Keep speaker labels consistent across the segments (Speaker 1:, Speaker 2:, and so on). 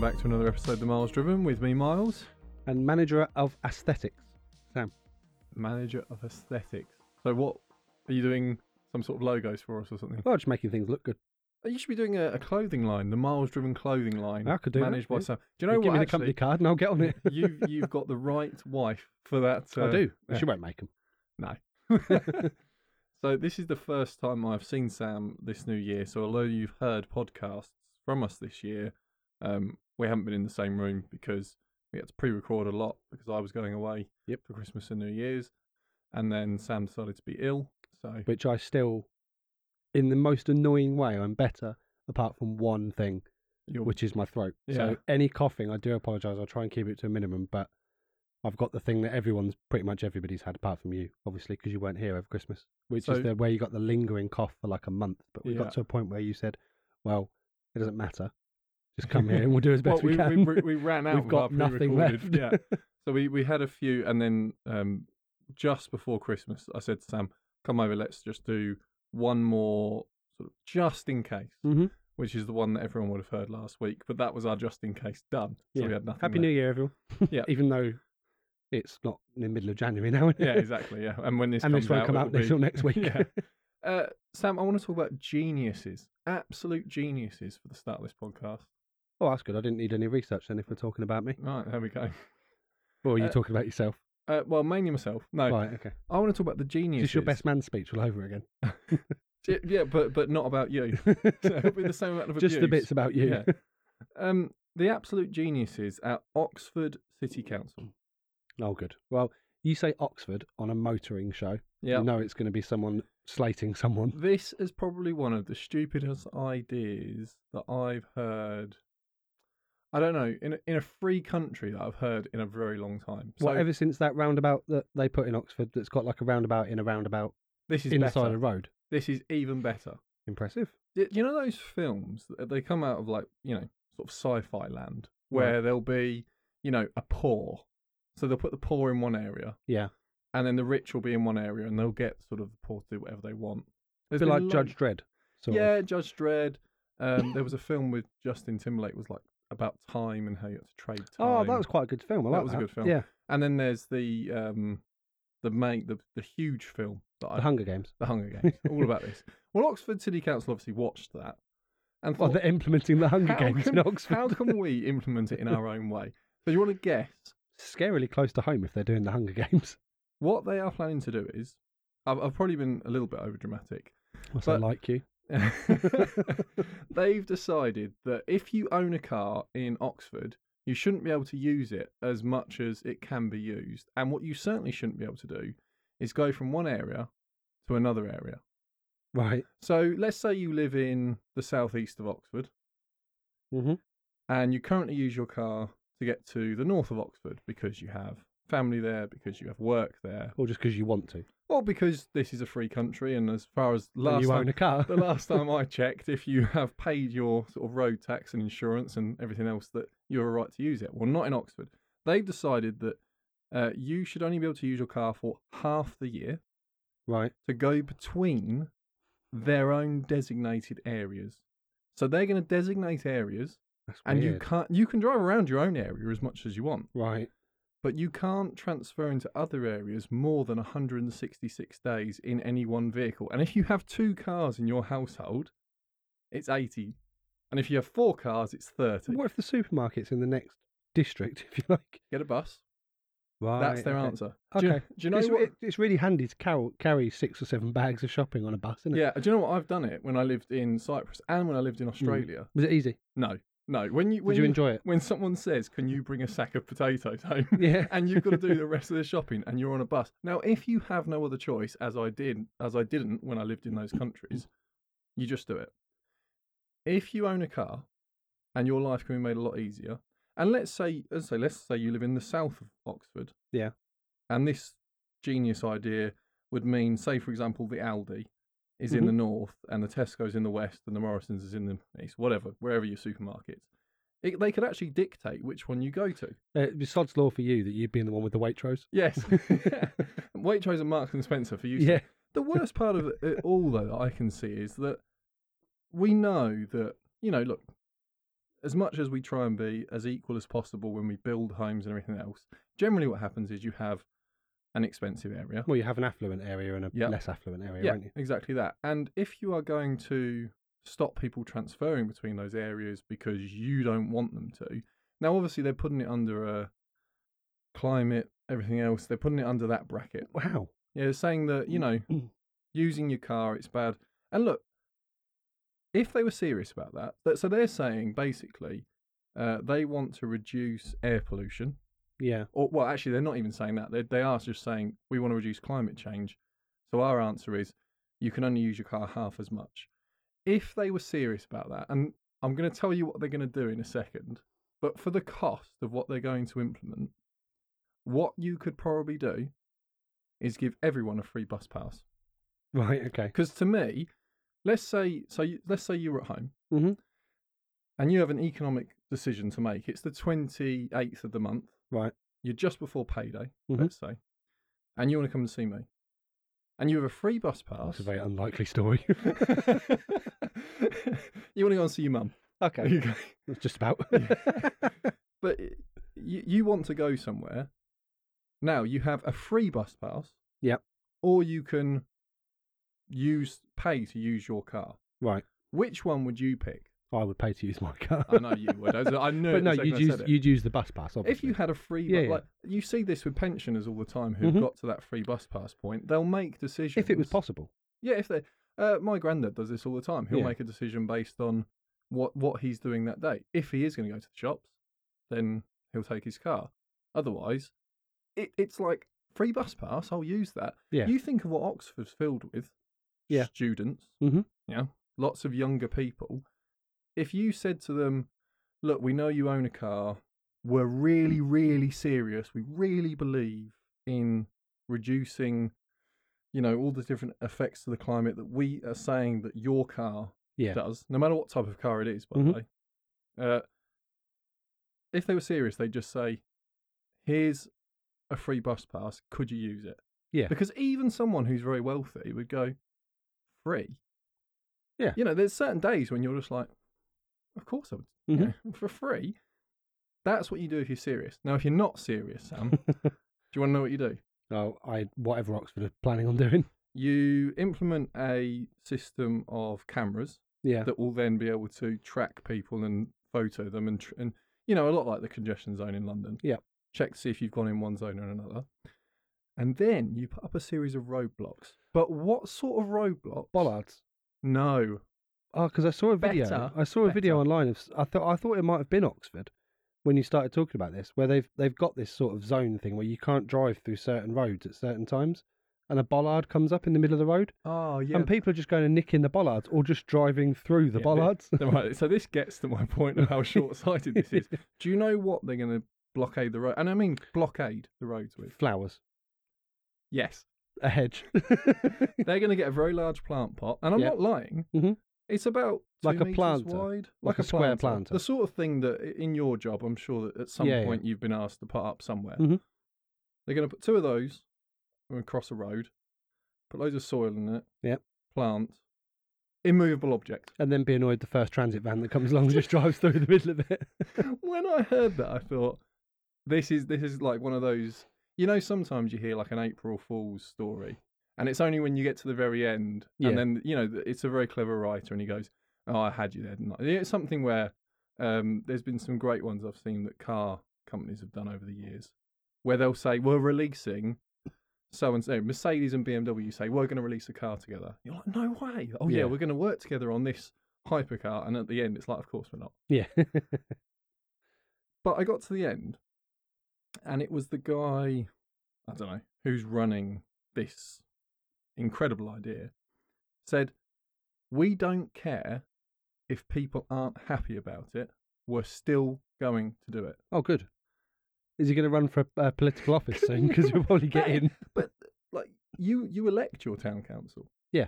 Speaker 1: back to another episode of The Miles Driven with me, Miles,
Speaker 2: and manager of aesthetics.
Speaker 1: manager of aesthetics. So, what are you doing? Some sort of logos for us or something?
Speaker 2: Well, just making things look good.
Speaker 1: Uh, You should be doing a, a clothing line, the Miles Driven clothing line.
Speaker 2: I could do that,
Speaker 1: managed by
Speaker 2: yeah.
Speaker 1: some. Do you know
Speaker 2: give
Speaker 1: what?
Speaker 2: me the company
Speaker 1: actually,
Speaker 2: card and I'll get on it.
Speaker 1: you you've got the right wife for that.
Speaker 2: I
Speaker 1: uh,
Speaker 2: do.
Speaker 1: yeah.
Speaker 2: She won't make them.
Speaker 1: No. so this is the first time I've seen Sam this new year. So although you've heard podcasts from us this year, um, we haven't been in the same room because we had to pre-record a lot because I was going away
Speaker 2: Yep.
Speaker 1: for Christmas and New Year's, and then Sam decided to be ill. So
Speaker 2: Which I still, in the most annoying way, I'm better apart from one thing,
Speaker 1: you're
Speaker 2: which is my throat.
Speaker 1: Yeah.
Speaker 2: So any coughing, I do apologise. I'll try and keep it to a minimum, but I've got the thing that everyone's pretty much everybody's had apart from you, obviously, because you weren't here over Christmas, which
Speaker 1: So-
Speaker 2: is the, where you got the lingering cough for like a month. But we
Speaker 1: Yeah.
Speaker 2: got to a point where you said, well, it doesn't matter. Just come here and we'll do as best
Speaker 1: well, we,
Speaker 2: we,
Speaker 1: we,
Speaker 2: can.
Speaker 1: we, we ran out.
Speaker 2: We've
Speaker 1: of
Speaker 2: got
Speaker 1: our
Speaker 2: nothing
Speaker 1: pre-recorded-
Speaker 2: left.
Speaker 1: Yeah. So we, we had a few, and then um, just before Christmas, I said to Sam, "Come over, let's just do one more, sort of just in case,
Speaker 2: Mhm.
Speaker 1: which is the one that everyone would have heard last week." But that was our just in case done. So we had nothing.
Speaker 2: Happy
Speaker 1: left.
Speaker 2: New Year, everyone.
Speaker 1: Yeah.
Speaker 2: Even though it's not in the middle of January now. isn't
Speaker 1: yeah,
Speaker 2: it?
Speaker 1: exactly. Yeah, and when this
Speaker 2: and
Speaker 1: comes
Speaker 2: this won't come
Speaker 1: it
Speaker 2: out
Speaker 1: will be-
Speaker 2: until next week.
Speaker 1: Yeah. Uh, Sam, I want to talk about geniuses, absolute geniuses for the start of this podcast.
Speaker 2: oh, that's good. I didn't need any research then if we're talking about me.
Speaker 1: Right, there we go.
Speaker 2: Or are you
Speaker 1: Uh,
Speaker 2: talking about yourself?
Speaker 1: Uh, well, mainly myself. No,
Speaker 2: Right, okay.
Speaker 1: I want to talk about the
Speaker 2: Is
Speaker 1: geniuses.
Speaker 2: this your best man speech all over again?
Speaker 1: Yeah, yeah, but but not about you. So it'll be the same amount of
Speaker 2: Just the
Speaker 1: abuse.
Speaker 2: bits about you.
Speaker 1: Yeah. Um, the absolute geniuses at Oxford City Council.
Speaker 2: oh, good. Well, you say Oxford on a motoring show.
Speaker 1: Yeah.
Speaker 2: You know it's going to be someone slating someone.
Speaker 1: This is probably one of the stupidest ideas that I've heard. I don't know in a, in a free country that I've heard in a very long time. So
Speaker 2: well, ever since that roundabout that they put in Oxford that's got like a roundabout in a roundabout
Speaker 1: this is
Speaker 2: inside a
Speaker 1: better.
Speaker 2: road.
Speaker 1: This is even better.
Speaker 2: Impressive.
Speaker 1: Y- You know those films that they come out of like you know sort of sci-fi land where
Speaker 2: Right.
Speaker 1: there'll be you know a poor, so they'll put the poor in one area
Speaker 2: Yeah.
Speaker 1: and then the rich will be in one area and they'll get sort of the poor to do whatever they want.
Speaker 2: A
Speaker 1: There's
Speaker 2: bit
Speaker 1: been
Speaker 2: like
Speaker 1: lo-
Speaker 2: Judge Dredd. Sort
Speaker 1: yeah,
Speaker 2: Of.
Speaker 1: Judge Dredd. Um, there was a film with Justin Timberlake was like about time and how you had to trade time.
Speaker 2: Oh, that was quite a good film. I
Speaker 1: That
Speaker 2: like
Speaker 1: was a good film.
Speaker 2: Yeah.
Speaker 1: And then there's the um, the main the, the huge film that I
Speaker 2: The Hunger Games.
Speaker 1: the Hunger Games, all about this. Well, Oxford City Council obviously watched that and
Speaker 2: Well,
Speaker 1: thought,
Speaker 2: they're implementing the Hunger
Speaker 1: how,
Speaker 2: Games
Speaker 1: can,
Speaker 2: in Oxford.
Speaker 1: how can we implement it in our own way? So you want to guess
Speaker 2: Scarily close to home if they're doing the Hunger Games.
Speaker 1: what they are planning to do is I've, I've probably been a little bit over dramatic.
Speaker 2: Whilst I
Speaker 1: But-
Speaker 2: like you.
Speaker 1: they've decided that if you own a car in Oxford, you shouldn't be able to use it as much as it can be used. And what you certainly shouldn't be able to do is go from one area to another area.
Speaker 2: Right.
Speaker 1: So let's say you live in the southeast of Oxford
Speaker 2: Mm-hmm.
Speaker 1: and you currently use your car to get to the north of Oxford because you have family there, because you have work there,
Speaker 2: Or just because you want to.
Speaker 1: or because this is a free country. And as far as
Speaker 2: And
Speaker 1: last
Speaker 2: you
Speaker 1: time,
Speaker 2: own a car.
Speaker 1: the last time I checked, if you have paid your sort of road tax and insurance and everything else, that you have a right to use it. Well, not in Oxford. They've decided that uh, you should only be able to use your car for half the year
Speaker 2: Right.
Speaker 1: to go between their own designated areas. So they're going to designate areas,
Speaker 2: That's
Speaker 1: and you
Speaker 2: weird.
Speaker 1: can't. You can drive around your own area as much as you want,
Speaker 2: Right.
Speaker 1: but you can't transfer into other areas more than 166 days in any one vehicle. And if you have two cars in your household, it's 80. And if you have four cars, it's 30.
Speaker 2: What if the supermarket's in the next district, if you like?
Speaker 1: Get a bus.
Speaker 2: Right.
Speaker 1: That's their
Speaker 2: okay.
Speaker 1: answer. Do you,
Speaker 2: Okay.
Speaker 1: do you know
Speaker 2: it's,
Speaker 1: what?
Speaker 2: it- it's really handy to carry, carry six or seven bags of shopping on a bus, isn't it?
Speaker 1: yeah. Do you know what? I've done it when I lived in Cyprus and when I lived in Australia.
Speaker 2: Was it easy?
Speaker 1: No, no. When you when
Speaker 2: Did you enjoy it?
Speaker 1: when someone says, "Can you bring a sack of potatoes home?"
Speaker 2: Yeah.
Speaker 1: and you've got to do the rest of the shopping and you're on a bus. Now, if you have no other choice, as I did, as I didn't when I lived in those countries, you just do it. If you own a car and your life can be made a lot easier, and let's say, let's say, let's say you live in the south of Oxford,
Speaker 2: Yeah.
Speaker 1: and this genius idea would mean, say, for example, the Aldi is in the north and the Tesco's in the west and the Morrison's is in the east, whatever, wherever your supermarkets. It, they could actually dictate which one you go to.
Speaker 2: Uh, it'd be sod's law for you that you'd been the one with the Waitrose.
Speaker 1: Yes. Waitrose and Marks and Spencer for you.
Speaker 2: Yeah.
Speaker 1: The worst part of it all, though, that I can see is that we know that, you know, look, as much as we try and be as equal as possible when we build homes and everything else, generally what happens is you have an expensive area.
Speaker 2: Well, you have an affluent area and a
Speaker 1: Yep.
Speaker 2: less affluent area,
Speaker 1: yeah,
Speaker 2: won't you?
Speaker 1: exactly that. And if you are going to stop people transferring between those areas because you don't want them to, now obviously they're putting it under a climate, everything else, they're putting it under that bracket.
Speaker 2: Wow.
Speaker 1: Yeah, they're saying that, you know, using your car, it's bad. And look, if they were serious about that, that so they're saying basically uh, they want to reduce air pollution.
Speaker 2: Yeah.
Speaker 1: Or, well, actually, they're not even saying that. They, they are just saying we want to reduce climate change. So our answer is you can only use your car half as much. If they were serious about that, and I'm going to tell you what they're going to do in a second, but for the cost of what they're going to implement, what you could probably do is give everyone a free bus pass.
Speaker 2: Right. Okay.
Speaker 1: Because to me, let's say so. You, let's say you're at home
Speaker 2: Mhm.
Speaker 1: and you have an economic decision to make. It's the twenty eighth of the month.
Speaker 2: Right.
Speaker 1: You're just before payday.
Speaker 2: Mhm.
Speaker 1: Let's say, and you want to come and see me, and you have a free bus pass.
Speaker 2: That's a very unlikely story.
Speaker 1: you want to go and see your mum.
Speaker 2: okay.
Speaker 1: Okay.
Speaker 2: Just about.
Speaker 1: but y- you, you want to go somewhere. Now you have a free bus pass.
Speaker 2: Yep.
Speaker 1: Or you can use pay to use your car.
Speaker 2: right.
Speaker 1: Which one would you pick?
Speaker 2: I would pay to use my car.
Speaker 1: I know you would. I, I knew.
Speaker 2: but
Speaker 1: it the
Speaker 2: no,
Speaker 1: second
Speaker 2: you'd
Speaker 1: I
Speaker 2: use
Speaker 1: said it.
Speaker 2: you'd use the bus pass. Obviously.
Speaker 1: If you had a free,
Speaker 2: Yeah,
Speaker 1: bu-
Speaker 2: yeah.
Speaker 1: like you see this with pensioners all the time who've
Speaker 2: Mhm.
Speaker 1: got to that free bus pass point, they'll make decisions.
Speaker 2: if it was possible.
Speaker 1: yeah. If they, uh, my granddad does this all the time. He'll
Speaker 2: Yeah.
Speaker 1: make a decision based on what what he's doing that day. If he is going to go to the shops, then he'll take his car. Otherwise, it, it's like free bus pass. I'll use that.
Speaker 2: Yeah.
Speaker 1: You think of what Oxford's filled with.
Speaker 2: Yeah.
Speaker 1: Students.
Speaker 2: Mhm.
Speaker 1: Yeah. Lots of younger people. If you said to them, "Look, we know you own a car. We're really, really serious. We really believe in reducing, you know, all the different effects to the climate that we are saying that your car
Speaker 2: Yeah.
Speaker 1: does, no matter what type of car it is, by
Speaker 2: Mhm.
Speaker 1: the way. Uh, if they were serious, they'd just say, here's a free bus pass. Could you use it?
Speaker 2: Yeah.
Speaker 1: Because even someone who's very wealthy would go, free?
Speaker 2: Yeah.
Speaker 1: You know, there's certain days when you're just like, of course I would, you
Speaker 2: Mhm.
Speaker 1: know, for free. That's what you do if you're serious. Now, if you're not serious, Sam, do you want to know what you do?
Speaker 2: Oh, I whatever Oxford are planning on doing.
Speaker 1: You implement a system of cameras
Speaker 2: Yeah.
Speaker 1: that will then be able to track people and photo them and tr- and you know a lot like the congestion zone in London.
Speaker 2: Yep.
Speaker 1: Check to see if you've gone in one zone or another. And then you put up a series of roadblocks. But what sort of roadblocks?
Speaker 2: Bollards.
Speaker 1: No.
Speaker 2: Oh, because I saw a video.
Speaker 1: Better,
Speaker 2: I saw a video
Speaker 1: better.
Speaker 2: online of. s- I thought I thought it might have been Oxford when you started talking about this, where they've they've got this sort of zone thing where you can't drive through certain roads at certain times, and a bollard comes up in the middle of the road,
Speaker 1: Oh yeah.
Speaker 2: and people are just going and nicking the bollards or just driving through the
Speaker 1: Yeah,
Speaker 2: bollards.
Speaker 1: right. So this gets to my point of how short-sighted this is. Do you know what they're going to blockade the road? And I mean blockade the roads with.
Speaker 2: Flowers,
Speaker 1: Yes.
Speaker 2: a hedge,
Speaker 1: They're going to get a very large plant pot, and I'm
Speaker 2: Yeah.
Speaker 1: not lying.
Speaker 2: Mhm.
Speaker 1: It's about two
Speaker 2: Like a
Speaker 1: metres
Speaker 2: planter.
Speaker 1: wide,
Speaker 2: Like a square planter.
Speaker 1: The sort of thing that i- in your job, I'm sure that at some
Speaker 2: Yeah, yeah.
Speaker 1: point you've been asked to put up somewhere.
Speaker 2: Mhm.
Speaker 1: They're going to put two of those across a road, put loads of soil in it.
Speaker 2: Yep.
Speaker 1: Plant, immovable object.
Speaker 2: and then be annoyed the first transit van that comes along and just drives through the middle of it.
Speaker 1: when I heard that, I thought this is this is like one of those. You know, sometimes you hear like an April Fool's story, and it's only when you get to the very end,
Speaker 2: Yeah.
Speaker 1: and then you know th- it's a very clever writer, and he goes, "Oh, I had you there." Didn't I? It's something where um, there's been some great ones I've seen that car companies have done over the years, where they'll say, "We're releasing." So and so, Mercedes and BMW say we're going to release a car together. You're like, no way! Oh yeah,
Speaker 2: Yeah.
Speaker 1: we're going to work together on this hypercar, and at the end, it's like, of course we're not.
Speaker 2: yeah,
Speaker 1: But I got to the end, and it was the guy, I don't know, who's running this incredible idea, said, We don't care if people aren't happy about it, we're still going to do it.
Speaker 2: oh good. Is he going to run for a uh, political office soon? Because we'll probably get in.
Speaker 1: But, like, you, you elect your town council.
Speaker 2: Yeah.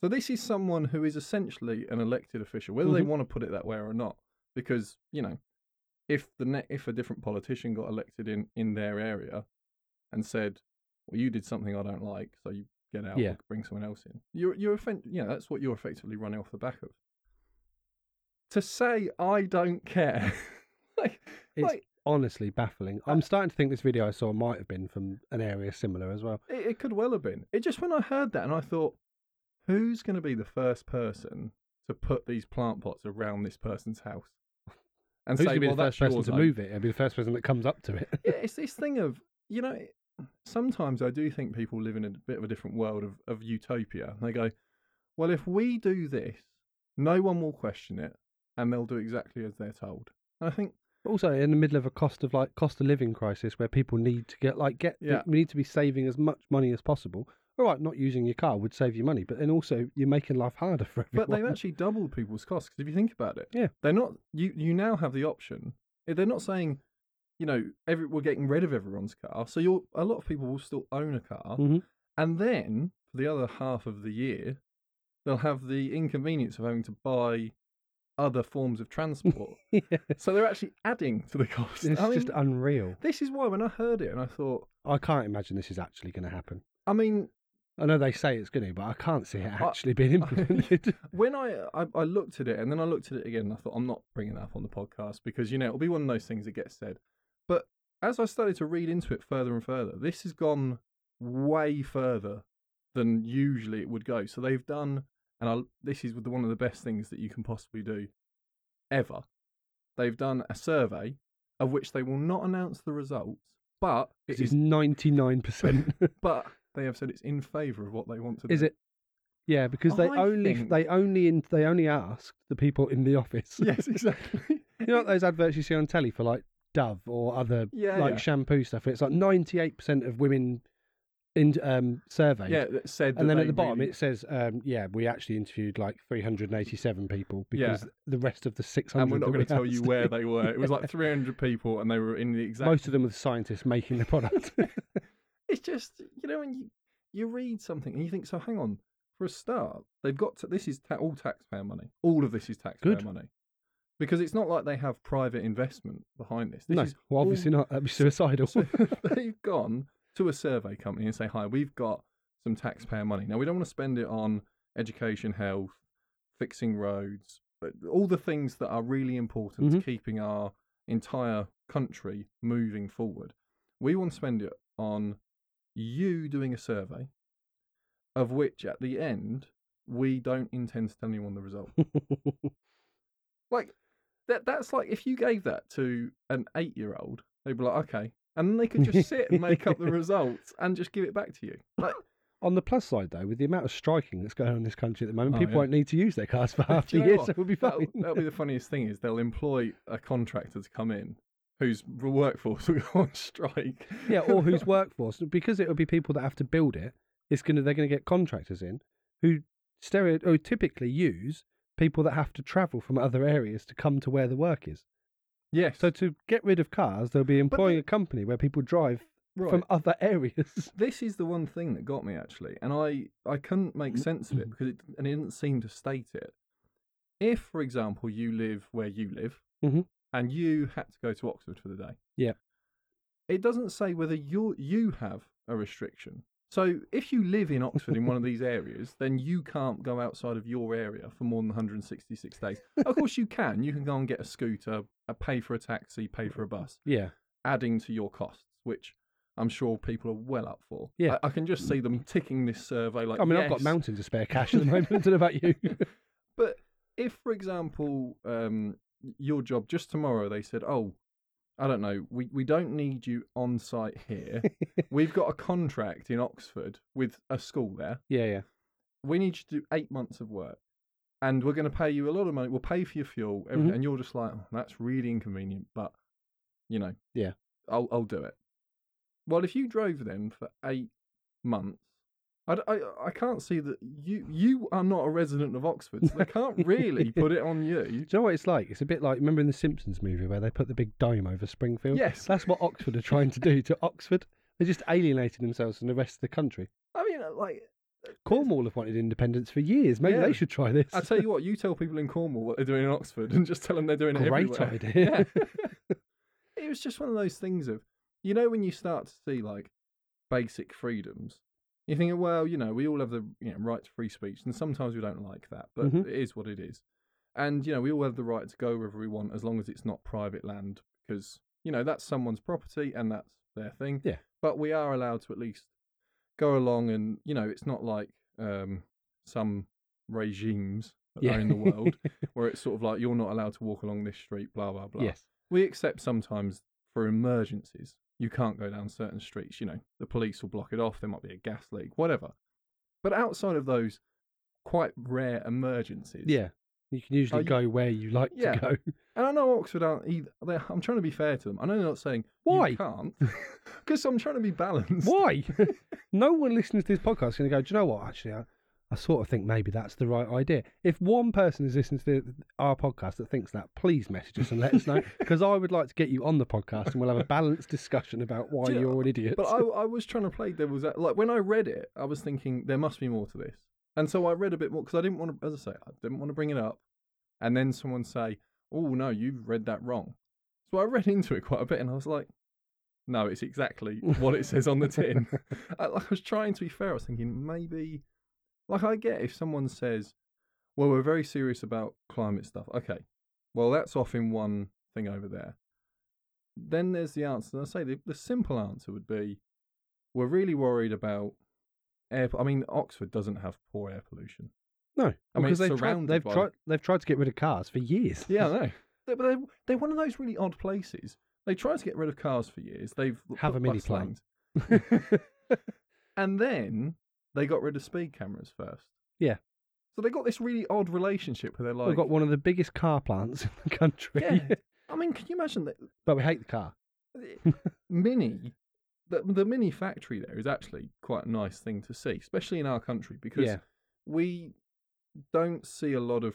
Speaker 1: So this is someone who is essentially an elected official, whether they
Speaker 2: Mhm.
Speaker 1: want to put it that way or not, because, you know, if the ne- if a different politician got elected in in their area and said, "Well, you did something I don't like, so you get out,
Speaker 2: Yeah.
Speaker 1: and bring someone else in," you're you're offen- yeah, that's what you're effectively running off the back of. to say I don't care, like,
Speaker 2: It's-
Speaker 1: like
Speaker 2: Honestly, baffling.
Speaker 1: Uh
Speaker 2: I'm starting to think this video I saw might have been from an area similar as well.
Speaker 1: it, it could well have been. It just when I heard that and I thought, who's going to be the first person to put these plant pots around this person's house? And
Speaker 2: Who's
Speaker 1: say,
Speaker 2: going to be
Speaker 1: well,
Speaker 2: the
Speaker 1: that's
Speaker 2: first person
Speaker 1: yours,
Speaker 2: to
Speaker 1: I
Speaker 2: move it? It'll be the first person that comes up to it.
Speaker 1: yeah, it's this thing of you know. Sometimes I do think people live in a bit of a different world of, of utopia. They go, well, if we do this, no one will question it, and they'll do exactly as they're told. And I think,
Speaker 2: also, in the middle of a cost of like cost of living crisis where people need to get like get
Speaker 1: Yeah.
Speaker 2: we need to be saving as much money as possible. All right, not using your car would save you money, but then also you're making life harder for everyone.
Speaker 1: but they've actually doubled people's costs. 'cause if you think about it,
Speaker 2: Yeah.
Speaker 1: they're not. You you now have the option. If They're not saying, you know, every, we're getting rid of everyone's car. So you're a lot of people will still own a car,
Speaker 2: Mhm.
Speaker 1: and then for the other half of the year, they'll have the inconvenience of having to buy other forms of transport.
Speaker 2: Yeah,
Speaker 1: so they're actually adding to the cost.
Speaker 2: it's
Speaker 1: I mean,
Speaker 2: just unreal.
Speaker 1: this is why when I heard it and I thought,
Speaker 2: I can't imagine this is actually going to happen.
Speaker 1: I mean,
Speaker 2: I know they say it's going to, but I can't see it actually being implemented.
Speaker 1: when I, I I looked at it and then I looked at it again, and I thought I'm not bringing that up on the podcast because you know it'll be one of those things that gets said. But as I started to read into it further and further, this has gone way further than usually it would go. So they've done, and I, this is the- one of the best things that you can possibly do ever. They've done a survey of which they will not announce the results, but it
Speaker 2: It's
Speaker 1: is,
Speaker 2: ninety nine percent.
Speaker 1: but they have said it's in favour of what they want to do.
Speaker 2: Is it? Yeah, because they
Speaker 1: I
Speaker 2: only
Speaker 1: think-
Speaker 2: they only in, they only asked the people in the office.
Speaker 1: Yes, exactly.
Speaker 2: you know like those adverts you see on telly for like Dove or other
Speaker 1: Yeah,
Speaker 2: like
Speaker 1: yeah.
Speaker 2: shampoo stuff. It's like ninety eight percent of women in um surveyed.
Speaker 1: yeah, that said.
Speaker 2: And
Speaker 1: that
Speaker 2: then at
Speaker 1: they
Speaker 2: the bottom
Speaker 1: really-
Speaker 2: it says, um, "Yeah, we actually interviewed like 387 people
Speaker 1: Yeah.
Speaker 2: because the rest of the 600."
Speaker 1: and we're not
Speaker 2: that
Speaker 1: going
Speaker 2: we
Speaker 1: to tell you
Speaker 2: asked-
Speaker 1: where they were. It was like 300 people, and they were in the exact.
Speaker 2: Most of them were scientists making the product.
Speaker 1: It's just you know when you you read something and you think, so hang on. For a start, they've got to, this is ta- all taxpayer money. All of this is taxpayer
Speaker 2: Good.
Speaker 1: money because it's not like they have private investment behind this. this
Speaker 2: no,
Speaker 1: is
Speaker 2: well,
Speaker 1: all-
Speaker 2: obviously not. That'd be suicidal.
Speaker 1: So they've gone to a survey company and say, "Hi, we've got some taxpayer money. Now we don't want to spend it on education, health, fixing roads, but all the things that are really important to keeping our entire country moving forward. We want to spend it on you doing a survey, of which at the end we don't intend to tell anyone the result. Like that that's like if you gave that to an eight year old, they'd be like, okay. And then they could just sit and make up the results and just give it back to you. Like
Speaker 2: On the plus side, though, with the amount of striking that's going on in this country at the moment,
Speaker 1: Oh,
Speaker 2: people
Speaker 1: yeah.
Speaker 2: won't need to use their cars for half
Speaker 1: do
Speaker 2: the
Speaker 1: you know
Speaker 2: year,
Speaker 1: what?
Speaker 2: so we'll be
Speaker 1: that'll,
Speaker 2: fine.
Speaker 1: that'll be the funniest thing is they'll employ a contractor to come in whose workforce will go on strike.
Speaker 2: yeah, or whose workforce, because it'll be people that have to build it, it's gonna they're gonna get contractors in who stereo or typically use people that have to travel from other areas to come to where the work is.
Speaker 1: Yes.
Speaker 2: So to get rid of cars, they'll be employing
Speaker 1: the-
Speaker 2: a company where people drive
Speaker 1: right.
Speaker 2: from other areas.
Speaker 1: this is the one thing that got me actually, and I I couldn't make sense of it because it and it didn't seem to state it. If, for example, you live where you live,
Speaker 2: Mhm.
Speaker 1: and you had to go to Oxford for the day,
Speaker 2: Yeah.
Speaker 1: it doesn't say whether you you have a restriction. So if you live in Oxford in one of these areas, then you can't go outside of your area for more than 166 days. of course, you can. You can go and get a scooter, uh, pay for a taxi, pay for a bus
Speaker 2: Yeah.
Speaker 1: adding to your costs, which I'm sure people are well up for.
Speaker 2: Yeah.
Speaker 1: I, I can just see them ticking this survey like.
Speaker 2: I mean I've
Speaker 1: yes.
Speaker 2: got mountains of spare cash at the moment, I don't know about you.
Speaker 1: But if, for example, um, your job just tomorrow, they said, "Oh, I don't know, we we don't need you on site here. We've got a contract in Oxford with a school there.
Speaker 2: yeah, yeah.
Speaker 1: We need you to do eight months of work." And we're going to pay you a lot of money. We'll pay for your fuel, everything.
Speaker 2: Mhm.
Speaker 1: and you're just like, oh, that's really inconvenient, but you know,
Speaker 2: Yeah.
Speaker 1: I'll I'll do it. Well, if you drove then for eight months, I, d- I- I can't see that you you are not a resident of Oxford, so they can't really put it on you.
Speaker 2: Do you know what it's like? It's a bit like remember in the Simpsons movie where they put the big dome over Springfield?
Speaker 1: Yes,
Speaker 2: That's what Oxford are trying to do to Oxford. They just alienated themselves from the rest of the country.
Speaker 1: I mean, uh, like
Speaker 2: Cornwall have wanted independence for years. Maybe
Speaker 1: Yeah.
Speaker 2: they should try this.
Speaker 1: I tell you what, you tell people in Cornwall what they're doing in Oxford, and just tell them they're doing it
Speaker 2: Great
Speaker 1: everywhere.
Speaker 2: idea.
Speaker 1: Yeah. it was just one of those things of, you know, when you start to see like basic freedoms, you think, well, you know, we all have the you know, right to free speech, and sometimes we don't like that, but
Speaker 2: Mhm.
Speaker 1: it is what it is. And, you know, we all have the right to go wherever we want as long as it's not private land because, you know, that's someone's property and that's their thing.
Speaker 2: Yeah.
Speaker 1: But we are allowed to at least go along and, you know, it's not like um, some regimes that are in the world where it's sort of like you're not allowed to walk along this street, blah, blah, blah.
Speaker 2: yes.
Speaker 1: We accept sometimes for emergencies, you can't go down certain streets. You know, the police will block it off. There might be a gas leak, whatever. But outside of those quite rare emergencies,
Speaker 2: Yeah. You can usually
Speaker 1: Oh, you-
Speaker 2: go where you like
Speaker 1: Yeah.
Speaker 2: to go.
Speaker 1: And I know Oxford aren't either. they- I'm trying to be fair to them. I know they're not saying
Speaker 2: Why?
Speaker 1: you can't, because I'm trying to be balanced.
Speaker 2: Why? no one listening to this podcast is going to go, do you know what? Actually, I, I sort of think maybe that's the right idea. If one person is listening to the, our podcast that thinks that, please message us and let us know because I would like to get you on the podcast and we'll have a balanced discussion about why
Speaker 1: Do you know-
Speaker 2: you're an idiot.
Speaker 1: But I, I was trying to play devil's ad- like when I read it, I was thinking there must be more to this, and so I read a bit more because I didn't want to, as I say, I didn't want to bring it up, and then someone say, "Oh no, you've read that wrong." So I read into it quite a bit, and I was like, "No, it's exactly what it says on the tin." I, like, I was trying to be fair. I was thinking maybe, like, I get if someone says, "Well, we're very serious about climate stuff." Okay, well, that's off in one thing over there. Then there's the answer. And I say the, the simple answer would be we're really worried about air. I mean, Oxford doesn't have poor air pollution.
Speaker 2: no,
Speaker 1: I mean,
Speaker 2: because
Speaker 1: it's
Speaker 2: they've, tried,
Speaker 1: surrounded
Speaker 2: they've,
Speaker 1: by-
Speaker 2: tried, they've tried to get rid of cars for years.
Speaker 1: Yeah, I know. They- But they, they're one of those really odd places. They tried to get rid of cars for years. They've l-
Speaker 2: Have
Speaker 1: put
Speaker 2: a mini
Speaker 1: bus
Speaker 2: plane.
Speaker 1: lanes. And then they got rid of speed cameras first.
Speaker 2: Yeah.
Speaker 1: So they got this really odd relationship where they're like,
Speaker 2: We've got one of the biggest car plants in the country.
Speaker 1: Yeah. I mean, can you imagine that
Speaker 2: but we hate the car.
Speaker 1: mini the, the mini factory there is actually quite a nice thing to see especially in our country because
Speaker 2: Yeah.
Speaker 1: we don't see a lot of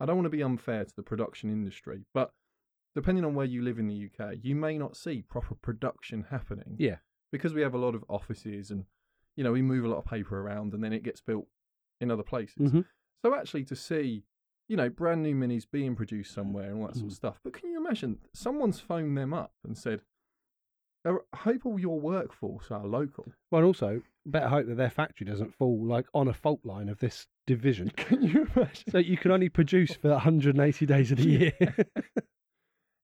Speaker 1: i don't want to be unfair to the production industry but depending on where you live in the uk you may not see proper production happening
Speaker 2: Yeah.
Speaker 1: because we have a lot of offices and you know we move a lot of paper around and then it gets built in other places
Speaker 2: Mhm.
Speaker 1: so actually, to see, you know, brand new minis being produced somewhere and all that sort of stuff. But can you imagine someone's phoned them up and said, "I hope all your workforce are local."
Speaker 2: Well, and also, better hope that their factory doesn't fall like on a fault line of this division.
Speaker 1: Can you imagine?
Speaker 2: So you can only produce for 180 days of the year.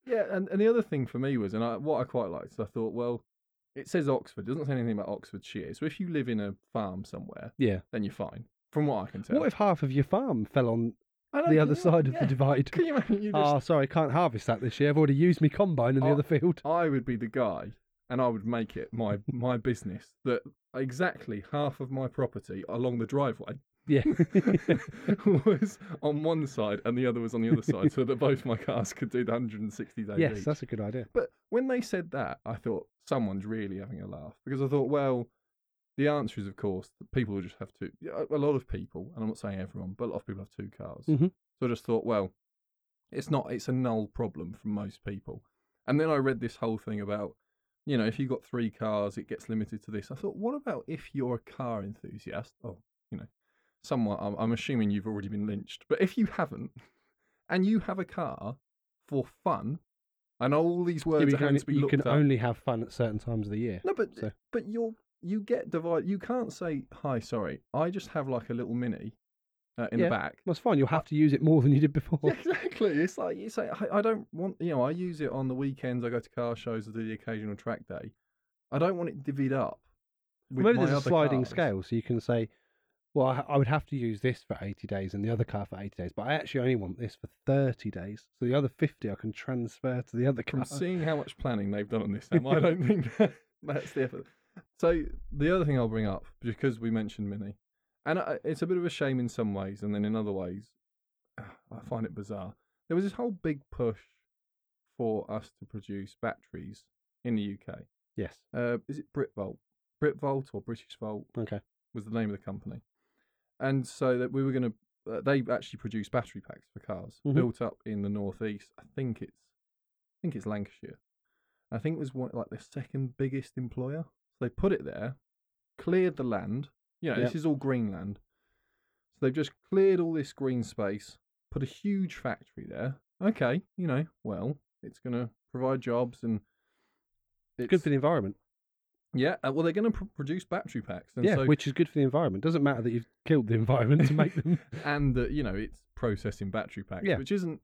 Speaker 1: Yeah, and, and the other thing for me was, and I, what I quite liked, is I thought, well, it says Oxford, it doesn't say anything about Oxfordshire. So if you live in a farm somewhere,
Speaker 2: yeah.
Speaker 1: then you're fine, from what I can tell.
Speaker 2: What if half of your farm fell on
Speaker 1: I don't-
Speaker 2: the other
Speaker 1: Oh, yeah,
Speaker 2: side of
Speaker 1: yeah.
Speaker 2: the divide?
Speaker 1: Can you imagine? You just,
Speaker 2: Ah, sorry, can't harvest that this year. I've already used my combine in the
Speaker 1: Oh.
Speaker 2: other field.
Speaker 1: I would be the guy, and I would make it my my business that exactly half of my property along the driveway
Speaker 2: Yeah.
Speaker 1: was on one side and the other was on the other side, so that both my cars could do the 160 days.
Speaker 2: yes,
Speaker 1: each.
Speaker 2: that's a good idea.
Speaker 1: But when they said that, I thought someone's really having a laugh because I thought, well, the answer is, of course, that people will just have to. yeah, A lot of people, and I'm not saying everyone, but a lot of people have two cars.
Speaker 2: Mhm.
Speaker 1: So I just thought, well, it's not. It's a null problem for most people. And then I read this whole thing about, you know, if you've got three cars, it gets limited to this. I thought, what about if you're a car enthusiast? Oh, you know, somewhat. I'm, I'm assuming you've already been lynched, but if you haven't, and you have a car for fun, and all these
Speaker 2: Yeah, but
Speaker 1: words
Speaker 2: you
Speaker 1: are
Speaker 2: can,
Speaker 1: having
Speaker 2: only,
Speaker 1: to be
Speaker 2: you
Speaker 1: looked
Speaker 2: can
Speaker 1: up.
Speaker 2: only have fun at certain times of the year.
Speaker 1: No, but
Speaker 2: So-
Speaker 1: but you're you get divided. You can't say hi. Sorry, I just have like a little mini uh, in
Speaker 2: Yeah.
Speaker 1: the back.
Speaker 2: That's fine. You'll have to use it more than you did before.
Speaker 1: Yeah, exactly. It's like you say. I, I don't want you know. I use it on the weekends. I go to car shows. I do the occasional track day. I don't want it divvied up. with
Speaker 2: Maybe
Speaker 1: my
Speaker 2: there's a
Speaker 1: other
Speaker 2: sliding
Speaker 1: cars.
Speaker 2: scale, so you can say, well, I, I would have to use this for 80 days and the other car for 80 days, but I actually only want this for 30 days. So the other 50 I can transfer to the other
Speaker 1: From
Speaker 2: car.
Speaker 1: seeing how much planning they've done on this, Sam, I don't think that, that's the effort. So the other thing I'll bring up because we mentioned Mini, and I, it's a bit of a shame in some ways, and then in other ways, I find it bizarre. There was this whole big push for us to produce batteries in the UK.
Speaker 2: Yes.
Speaker 1: Uh, is it Britvolt? Britvolt or British Volt?
Speaker 2: Okay.
Speaker 1: was the name of the company. And so that we were going to, uh, they actually produce battery packs for cars
Speaker 2: Mhm.
Speaker 1: built up in the northeast. I think it's, I think it's Lancashire. I think it was one, like the second biggest employer. So they put it there, cleared the land. You know,
Speaker 2: Yep.
Speaker 1: this is all green land. So they've just cleared all this green space, put a huge factory there. Okay, you know, well, it's going to provide jobs and it's
Speaker 2: Good for the environment.
Speaker 1: Yeah, uh, well, they're going to pr- produce battery packs, and
Speaker 2: yeah,
Speaker 1: so
Speaker 2: which is good for the environment. Doesn't matter that you've killed the environment to make them.
Speaker 1: and that you know it's processing battery packs,
Speaker 2: Yeah.
Speaker 1: which isn't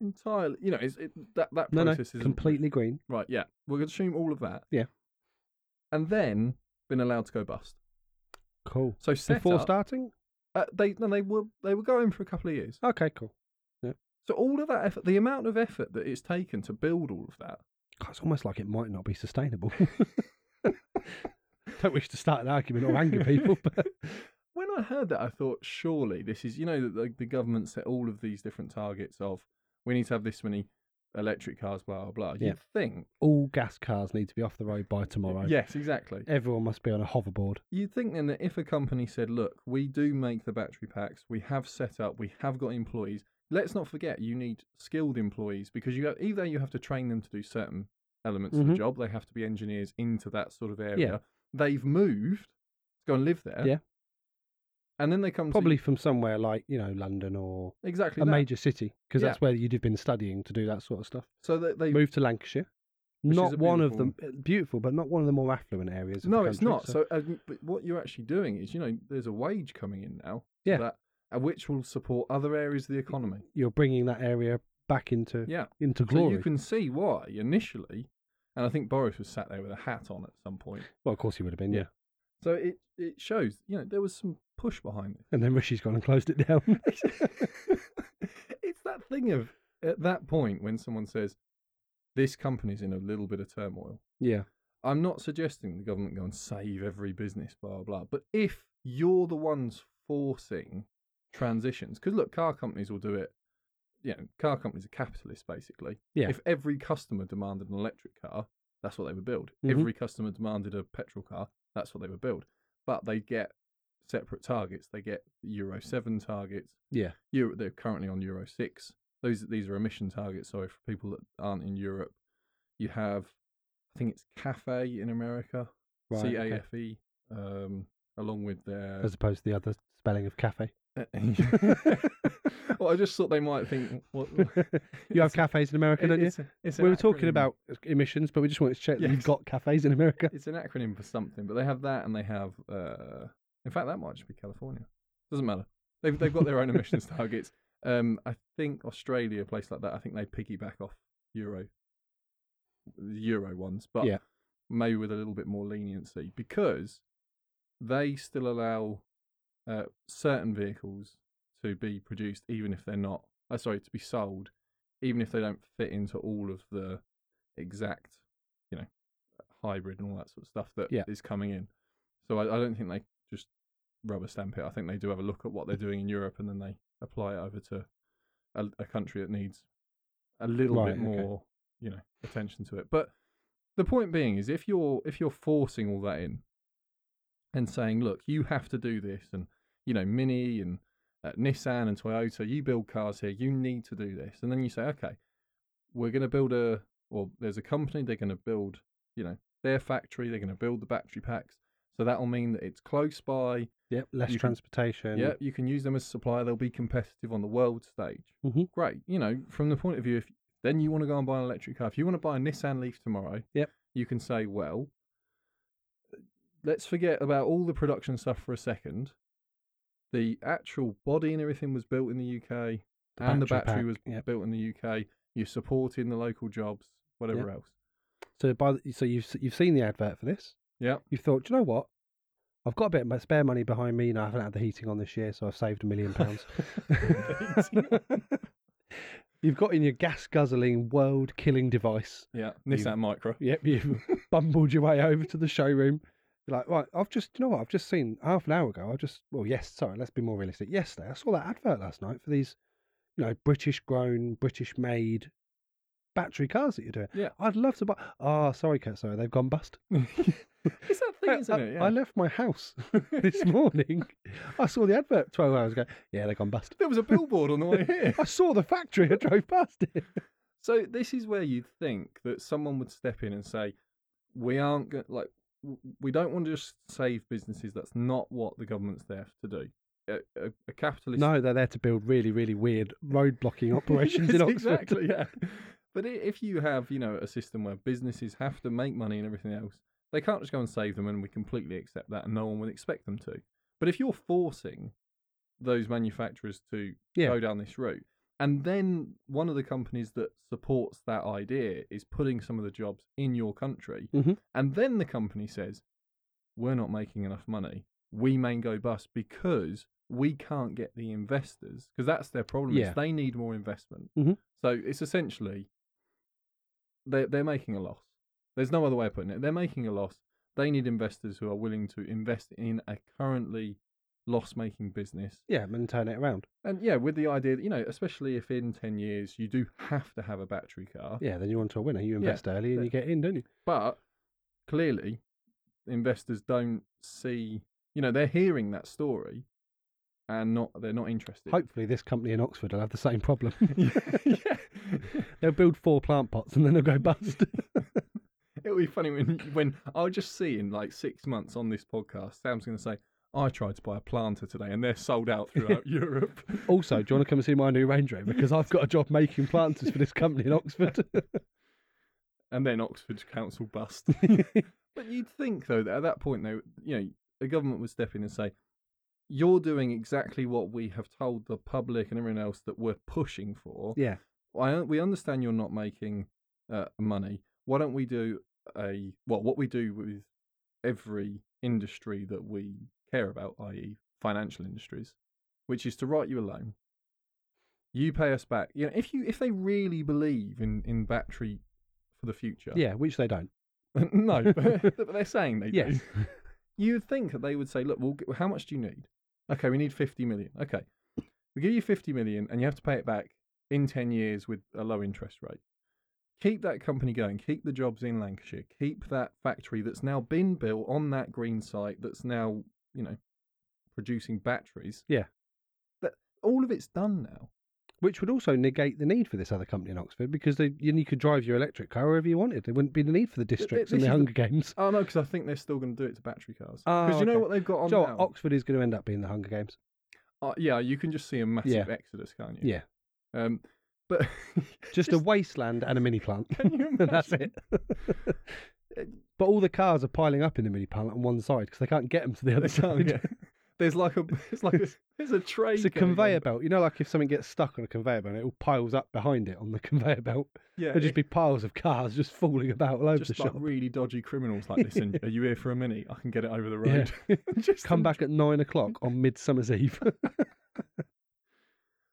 Speaker 1: entirely, you know, it's, it, that that
Speaker 2: no, no,
Speaker 1: process is
Speaker 2: completely green.
Speaker 1: right. Yeah, we're going to assume all of that.
Speaker 2: Yeah.
Speaker 1: and then been allowed to go bust.
Speaker 2: Cool.
Speaker 1: So set
Speaker 2: Before
Speaker 1: up,
Speaker 2: starting?
Speaker 1: uh, they no, they were they were going for a couple of years.
Speaker 2: Okay, cool.
Speaker 1: So all of that effort, the amount of effort that it's taken to build all of that,
Speaker 2: God, it's almost like it might not be sustainable. Don't wish to start an argument or anger people, but
Speaker 1: when I heard that, I thought, surely this is, you know, that like the government set all of these different targets of we need to have this many electric cars, blah, blah, blah.
Speaker 2: Yeah.
Speaker 1: You'd think.
Speaker 2: all gas cars need to be off the road by tomorrow.
Speaker 1: Yes, exactly.
Speaker 2: Everyone must be on a hoverboard.
Speaker 1: You'd think then that if a company said, look, we do make the battery packs, we have set up, we have got employees, let's not forget you need skilled employees because you have, either you have to train them to do certain elements of
Speaker 2: Mhm.
Speaker 1: the job, they have to be engineers into that sort of area.
Speaker 2: Yeah.
Speaker 1: They've moved to go and live there.
Speaker 2: Yeah.
Speaker 1: And then they come to
Speaker 2: Probably from somewhere like, you know, London or
Speaker 1: exactly
Speaker 2: a
Speaker 1: that.
Speaker 2: major city, because
Speaker 1: Yeah.
Speaker 2: that's where you'd have been studying to do that sort of stuff.
Speaker 1: so that they
Speaker 2: Move to Lancashire.
Speaker 1: is
Speaker 2: Not
Speaker 1: a
Speaker 2: one of them, beautiful, but not one of the more affluent areas. Of the
Speaker 1: No, it's
Speaker 2: country,
Speaker 1: not. So, uh, but what you're actually doing is, you know, there's a wage coming in now.
Speaker 2: Yeah.
Speaker 1: That, uh, which will support other areas of the economy.
Speaker 2: you're bringing that area back into
Speaker 1: Yeah.
Speaker 2: into
Speaker 1: So
Speaker 2: glory.
Speaker 1: you can see why initially, and I think Boris was sat there with a hat on at some point.
Speaker 2: Well, of course he would have been, yeah.
Speaker 1: Yeah. So it it shows, you know, there was some push behind
Speaker 2: And then Rishi's gone and closed it down.
Speaker 1: this. it's that thing of at that point when someone says, "This company's in a little bit of turmoil."
Speaker 2: yeah.
Speaker 1: I'm not suggesting the government go and save every business, blah, blah, blah. But if you're the ones forcing transitions, because look, car companies will do it. You know, car companies are capitalists, basically.
Speaker 2: Yeah.
Speaker 1: If every customer demanded an electric car, that's what they would build.
Speaker 2: Mhm.
Speaker 1: Every customer demanded a petrol car, that's what they would build. But they get separate targets. They get Euro 7 targets.
Speaker 2: Yeah.
Speaker 1: Euro, they're currently on Euro 6. Those These are emission targets, sorry, for people that aren't in Europe. You have I think it's Cafe in America,
Speaker 2: Right,
Speaker 1: C
Speaker 2: okay.
Speaker 1: A F E, um, along with their.
Speaker 2: As opposed to the other spelling of cafe.
Speaker 1: well, I just thought they might think. What,
Speaker 2: you have cafes in America, don't you?
Speaker 1: It's a- it's an
Speaker 2: We were talking
Speaker 1: acronym.
Speaker 2: about emissions, but we just wanted to check that you've
Speaker 1: Yes.
Speaker 2: got cafes in America.
Speaker 1: It's an acronym for something, but they have that, and they have. Uh, in fact, that might just be California. Doesn't matter. They've they've got their own emissions targets. Um, I think Australia, a place like that, I think they piggyback off Euro Euro ones, but
Speaker 2: Yeah.
Speaker 1: maybe with a little bit more leniency because they still allow uh, certain vehicles to be produced, even if they're not. Uh, sorry, to be sold, even if they don't fit into all of the exact, you know, hybrid and all that sort of stuff that is
Speaker 2: Yeah.
Speaker 1: coming in. So I, I don't think they just rubber stamp it. I think they do have a look at what they're doing in Europe and then they apply it over to a, a country that needs a little
Speaker 2: Right,
Speaker 1: bit
Speaker 2: okay.
Speaker 1: more, you know, attention to it. But the point being is if you're if you're forcing all that in and saying, look, you have to do this, and you know, Mini and uh, Nissan and Toyota, you build cars here, you need to do this, and then you say, okay, we're going to build a, or there's a company, they're going to build, you know, their factory, they're going to build the battery packs, so that will mean that it's close by.
Speaker 2: Yep, less
Speaker 1: You can-
Speaker 2: transportation.
Speaker 1: yeah, you can use them as a supplier. They'll be competitive on the world stage.
Speaker 2: Mhm.
Speaker 1: Great. You know, from the point of view, if then you want to go and buy an electric car, if you want to buy a Nissan Leaf tomorrow,
Speaker 2: Yep.
Speaker 1: you can say, well, let's forget about all the production stuff for a second. The actual body and everything was built in the UK, and the battery
Speaker 2: pack,
Speaker 1: was
Speaker 2: yep.
Speaker 1: built in the UK. You're supporting the local jobs, whatever else.
Speaker 2: So by the, so you've s- you've seen the advert for this.
Speaker 1: Yep.
Speaker 2: You thought, "Do you know what? I've got a bit of my spare money behind me, and I haven't had the heating on this year, so I've saved a million pounds. You've got in your gas guzzling, world killing device.
Speaker 1: yeah,
Speaker 2: You-
Speaker 1: Nissan Micra.
Speaker 2: Yep, you've bumbled your way over to the showroom. You're like, right, I've just, you know what, I've just seen half an hour ago. I just, well, yes, sorry, let's be more realistic. Yesterday, I saw that advert last night for these, you know, British grown, British made battery cars that you're doing.
Speaker 1: Yeah.
Speaker 2: I'd love to buy. Ah, sorry, Kurt, sorry, they've gone bust.
Speaker 1: It's that
Speaker 2: I-
Speaker 1: thing, isn't
Speaker 2: I,
Speaker 1: it? Yeah.
Speaker 2: I left my house this morning. I saw the advert 12 hours ago. Yeah, they've gone bust.
Speaker 1: There was a billboard on the way here.
Speaker 2: I saw the factory. I drove past it.
Speaker 1: So this is where you'd think that someone would step in and say, "We aren't go- like w- we don't want to just save businesses. That's not what the government's there to do. A, a, a capitalist
Speaker 2: No, they're there to build really, really weird road blocking operations
Speaker 1: Yes,
Speaker 2: in Oxford.
Speaker 1: exactly, yeah. But i- if you have you know a system where businesses have to make money and everything else, They can't just go and save them, and we completely accept that, and no one would expect them to. But if you're forcing those manufacturers to
Speaker 2: Yeah.
Speaker 1: go down this route, and then one of the companies that supports that idea is putting some of the jobs in your country,
Speaker 2: Mhm.
Speaker 1: and then the company says, We're not making enough money, we may go bust because we can't get the investors, because that's their problem,
Speaker 2: Yeah.
Speaker 1: is they need more investment.
Speaker 2: Mhm.
Speaker 1: So it's essentially they're, they're making a loss. There's no other way of putting it. They're making a loss. They need investors who are willing to invest in a currently loss making business.
Speaker 2: Yeah, and then turn it around.
Speaker 1: And yeah, with the idea that, you know, especially if in 10 years you do have to have a battery car,
Speaker 2: Yeah, then you're onto a winner. You invest early and
Speaker 1: Yeah.
Speaker 2: you get in, don't you?
Speaker 1: but clearly investors don't see, you know, they're hearing that story and not they're not interested.
Speaker 2: Hopefully, this company in Oxford will have the same problem.
Speaker 1: yeah.
Speaker 2: they'll build four plant pots and then they'll go bust.
Speaker 1: It'll be funny when when I'll just see in like six months on this podcast, Sam's going to say, "I tried to buy a planter today, and they're sold out throughout Europe."
Speaker 2: also, do you want to come and see my new Range Rover? Because I've got a job making planters for this company in Oxford.
Speaker 1: And then Oxford Council bust. but you'd think though that at that point, though, you know, the government would step in and say, "You're doing exactly what we have told the public and everyone else that we're pushing for."
Speaker 2: yeah,
Speaker 1: I, we understand you're not making uh, money. Why don't we do a well? What we do with every industry that we care about, i.e., financial industries, which is to write you a loan. You pay us back. You know, if you if they really believe in in battery for the future,
Speaker 2: yeah, which they don't.
Speaker 1: no, but they're saying they do
Speaker 2: Yes.
Speaker 1: you'd think that they would say, look, we'll g how much do you need? Okay, we need 50 million. Okay. We give you 50 million and you have to pay it back in 10 years with a low interest rate. Keep that company going. Keep the jobs in Lancashire. Keep that factory that's now been built on that green site that's now, you know, producing batteries.
Speaker 2: Yeah.
Speaker 1: That all of it's done now.
Speaker 2: Which would also negate the need for this other company in Oxford because they, you, you could drive your electric car wherever you wanted. There wouldn't be the need for the districts and
Speaker 1: this is
Speaker 2: the
Speaker 1: the-
Speaker 2: Hunger Games.
Speaker 1: Oh no, because I think they're still going to do it to battery cars.
Speaker 2: Oh,
Speaker 1: Because you know
Speaker 2: okay.
Speaker 1: what they've got on
Speaker 2: So
Speaker 1: now?
Speaker 2: Oxford is going to end up being the Hunger Games.
Speaker 1: Uh, yeah, you can just see a massive
Speaker 2: Yeah.
Speaker 1: exodus, can't you?
Speaker 2: Yeah.
Speaker 1: Yeah. Um, but
Speaker 2: Just, a wasteland and a mini plant.
Speaker 1: Can you
Speaker 2: and that's
Speaker 1: imagine?
Speaker 2: it. but all the cars are piling up in the mini plant on one side because they can't get them to the other
Speaker 1: They
Speaker 2: side.
Speaker 1: can't get. There's like a. It's like a. There's a train.
Speaker 2: It's a
Speaker 1: going on.
Speaker 2: conveyor belt. You know, like if something gets stuck on a conveyor belt, it all piles up behind it on the conveyor belt.
Speaker 1: Yeah.
Speaker 2: There'll just be piles of cars just falling about all over
Speaker 1: just
Speaker 2: the
Speaker 1: like
Speaker 2: shop.
Speaker 1: really dodgy criminals like this. And are you here for a minute? I can get it over the
Speaker 2: Yeah.
Speaker 1: road. just
Speaker 2: Come
Speaker 1: in-
Speaker 2: back at nine o'clock on Midsummer's Eve.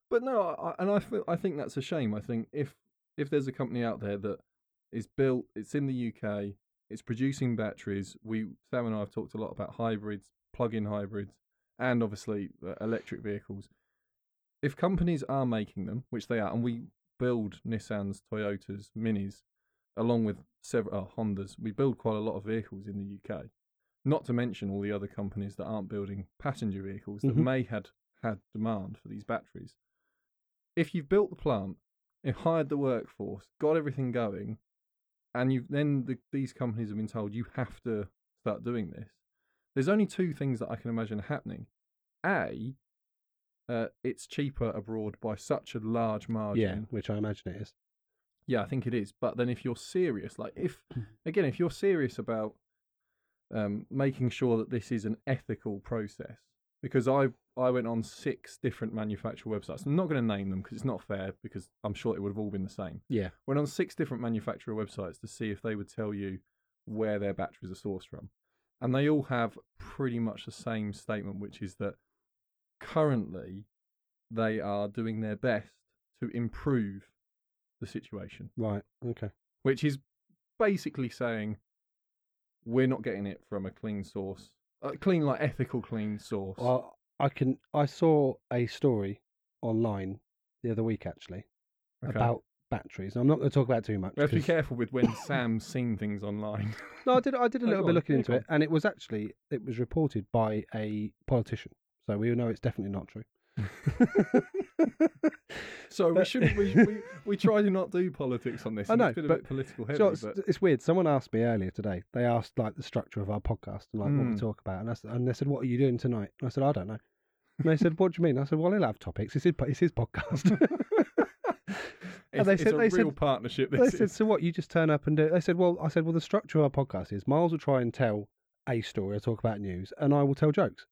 Speaker 1: But no, I, and I feel, I think that's a shame. I think if if there's a company out there that is built, it's in the UK, it's producing batteries. We Sam and I have talked a lot about hybrids, plug-in hybrids, and obviously uh, electric vehicles. If companies are making them, which they are, and we build Nissans, Toyotas, Minis, along with several uh, Hondas, we build quite a lot of vehicles in the UK. Not to mention all the other companies that aren't building passenger vehicles that
Speaker 2: Mhm.
Speaker 1: may had had demand for these batteries if you've built the plant, you hired the workforce, got everything going, and you then the, these companies have been told you have to start doing this. There's only two things that I can imagine happening. A, uh, it's cheaper abroad by such a large margin.
Speaker 2: yeah, which I imagine it is.
Speaker 1: Yeah, I think it is. But then if you're serious, like if again, if you're serious about um, making sure that this is an ethical process, because I I went on six different manufacturer websites. I'm not going to name them because it's not fair. Because I'm sure it would have all been the same.
Speaker 2: Yeah.
Speaker 1: Went on six different manufacturer websites to see if they would tell you where their batteries are sourced from, and they all have pretty much the same statement, which is that currently they are doing their best to improve the situation
Speaker 2: Right. Okay.
Speaker 1: which is basically saying we're not getting it from a clean source, a clean like ethical clean source.
Speaker 2: Well, I can. I saw a story online the other week actually
Speaker 1: Okay.
Speaker 2: about batteries. I'm not going to talk about it too much.
Speaker 1: we have to be
Speaker 2: 'cause-
Speaker 1: careful with when Sam's seen things online.
Speaker 2: No, I did. I did a
Speaker 1: Oh,
Speaker 2: little
Speaker 1: go
Speaker 2: bit
Speaker 1: on,
Speaker 2: looking
Speaker 1: yeah,
Speaker 2: into
Speaker 1: go
Speaker 2: it, and it was actually it was reported by a politician. So we all know it's definitely not true.
Speaker 1: So we
Speaker 2: But-
Speaker 1: should we, we we try to not do politics on this.
Speaker 2: I
Speaker 1: and
Speaker 2: know,
Speaker 1: it's been a
Speaker 2: but-
Speaker 1: bit political heavy,
Speaker 2: So it's,
Speaker 1: but
Speaker 2: it's weird. Someone asked me earlier today. They asked like the structure of our podcast and like what we
Speaker 1: Mm.
Speaker 2: talk about, and I s- and they said, "What are you doing tonight?" And I said, "I don't know." And they said, "What do you mean?" I said, "Well, he'll have topics. It's his, po- it's his podcast."
Speaker 1: It's,
Speaker 2: they
Speaker 1: it's
Speaker 2: said-
Speaker 1: a
Speaker 2: they
Speaker 1: real
Speaker 2: said-
Speaker 1: partnership.
Speaker 2: They
Speaker 1: This
Speaker 2: said,
Speaker 1: is.
Speaker 2: so what? You just turn up and do it. They said, well, I said, well, the structure of our podcast is Miles will try and tell a story or talk about news, and I will tell jokes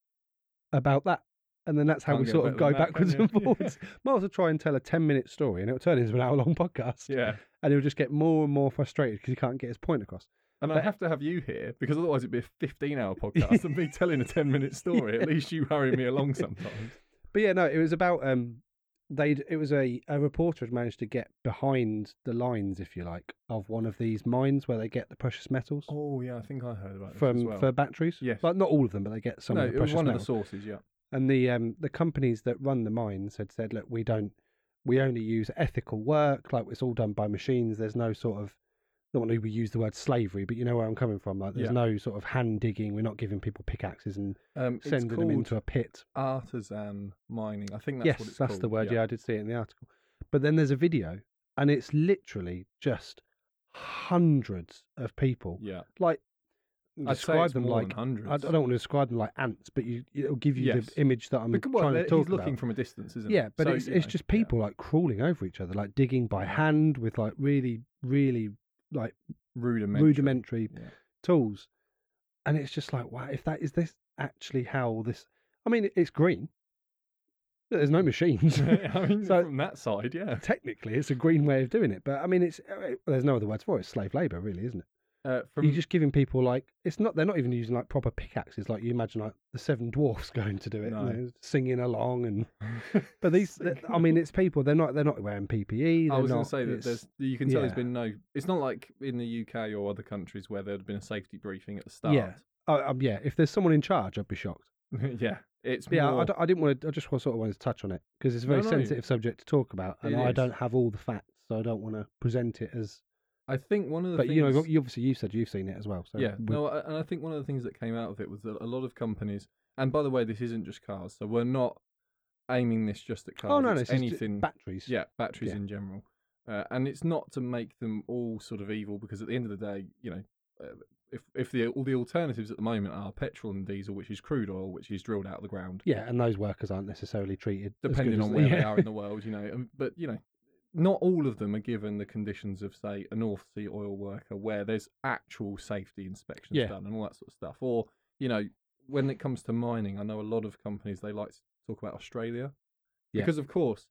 Speaker 2: about that. And then that's how
Speaker 1: Can't
Speaker 2: we
Speaker 1: get
Speaker 2: sort of
Speaker 1: better
Speaker 2: go
Speaker 1: than that,
Speaker 2: backwards
Speaker 1: can
Speaker 2: and
Speaker 1: you? Yeah.
Speaker 2: forwards. Miles will try and tell a 10 minute story, and it'll turn into an hour long podcast.
Speaker 1: Yeah,
Speaker 2: And he'll just get more and more frustrated because he can't get his point across.
Speaker 1: and I
Speaker 2: But-
Speaker 1: have to have you here because otherwise it'd be a fifteen-hour podcast and me telling a ten-minute story. At least you hurry me along sometimes.
Speaker 2: But yeah, no, it was about um they would it was a a reporter had managed to get behind the lines, if you like, of one of these mines where they get the precious metals
Speaker 1: Oh yeah, I think I heard about this
Speaker 2: from
Speaker 1: as well.
Speaker 2: for batteries.
Speaker 1: Yes.
Speaker 2: But not all of them, but they get some
Speaker 1: no,
Speaker 2: of the
Speaker 1: it was
Speaker 2: precious
Speaker 1: one of
Speaker 2: metals.
Speaker 1: the sources. Yeah,
Speaker 2: and the um the companies that run the mines had said, look, we don't we only use ethical work, like it's all done by machines. There's no sort of not want to use the word slavery, but you know where I'm coming from. Like there's
Speaker 1: Yeah.
Speaker 2: no sort of hand digging, we're not giving people pickaxes and
Speaker 1: um, it's
Speaker 2: sending them
Speaker 1: called
Speaker 2: into a pit.
Speaker 1: artisan mining. I think that's
Speaker 2: yes,
Speaker 1: what it's
Speaker 2: that's
Speaker 1: called.
Speaker 2: the word. Yeah. I did see it in the article. But then there's a video, and it's literally just hundreds of people.
Speaker 1: yeah.
Speaker 2: Like
Speaker 1: I'd say
Speaker 2: describe
Speaker 1: it's
Speaker 2: them
Speaker 1: more
Speaker 2: like
Speaker 1: than
Speaker 2: I I
Speaker 1: hundreds.
Speaker 2: don't want to describe them like ants, but you, it'll give you
Speaker 1: Yes.
Speaker 2: the image that I'm
Speaker 1: Because, well,
Speaker 2: trying
Speaker 1: they're-
Speaker 2: to talk
Speaker 1: he's looking
Speaker 2: about.
Speaker 1: from a distance, isn't
Speaker 2: yeah,
Speaker 1: it?
Speaker 2: but it's it's just people like crawling over each other, like digging by hand with like really really like
Speaker 1: rudimentary.
Speaker 2: rudimentary
Speaker 1: Yeah.
Speaker 2: tools, and it's just like wow, if that is this actually how this? I mean, it's green. There's no machines.
Speaker 1: I mean,
Speaker 2: So-
Speaker 1: from that side, yeah.
Speaker 2: technically it's a green way of doing it but i mean it's uh, there's no other words for it it's slave labor really isn't it
Speaker 1: Uh, from
Speaker 2: you're just giving people like it's not they're not even using like proper pickaxes like you imagine like the seven dwarfs going to do it
Speaker 1: No.
Speaker 2: and they're singing along and but these th- i mean it's people they're not they're not wearing ppe
Speaker 1: I
Speaker 2: they're
Speaker 1: was going
Speaker 2: not-
Speaker 1: to say that
Speaker 2: it's-
Speaker 1: there's, you can tell there's
Speaker 2: yeah.
Speaker 1: been no. It's not like in the UK or other countries where there'd been a safety briefing at the start.
Speaker 2: Yeah. I- I'm- yeah if there's someone in charge i'd be shocked
Speaker 1: yeah. It's
Speaker 2: But yeah
Speaker 1: more,
Speaker 2: I, don't- I didn't want to i just wa- sort of wanted to touch on it because it's a very
Speaker 1: No, no.
Speaker 2: sensitive subject to talk about and
Speaker 1: It
Speaker 2: i
Speaker 1: is.
Speaker 2: don't have all the facts so i don't want to present it as
Speaker 1: I think one of the
Speaker 2: but
Speaker 1: things,
Speaker 2: you know you obviously you said you've seen it as well so
Speaker 1: yeah.
Speaker 2: we-
Speaker 1: No, I- and I think one of the things that came out of it was that a lot of companies. And by the way, this isn't just cars, so we're not aiming this just at cars.
Speaker 2: oh no no
Speaker 1: it's
Speaker 2: it's just
Speaker 1: anything
Speaker 2: batteries
Speaker 1: Yeah, batteries
Speaker 2: Yeah.
Speaker 1: in general. Uh, and it's not to make them all sort of evil because at the end of the day, you know, uh, if if the all the alternatives at the moment are petrol and diesel, which is crude oil, which is drilled out of the ground,
Speaker 2: Yeah, and those workers aren't necessarily treated as good
Speaker 1: depending
Speaker 2: as
Speaker 1: on
Speaker 2: the-
Speaker 1: where they
Speaker 2: yeah.
Speaker 1: are in the world, you know. um, But you know, not all of them are given the conditions of say a North Sea oil worker, where there's actual safety inspections
Speaker 2: Yeah.
Speaker 1: done and all that sort of stuff. Or you know, when it comes to mining, I know a lot of companies they like to talk about Australia
Speaker 2: Yeah.
Speaker 1: because, of course,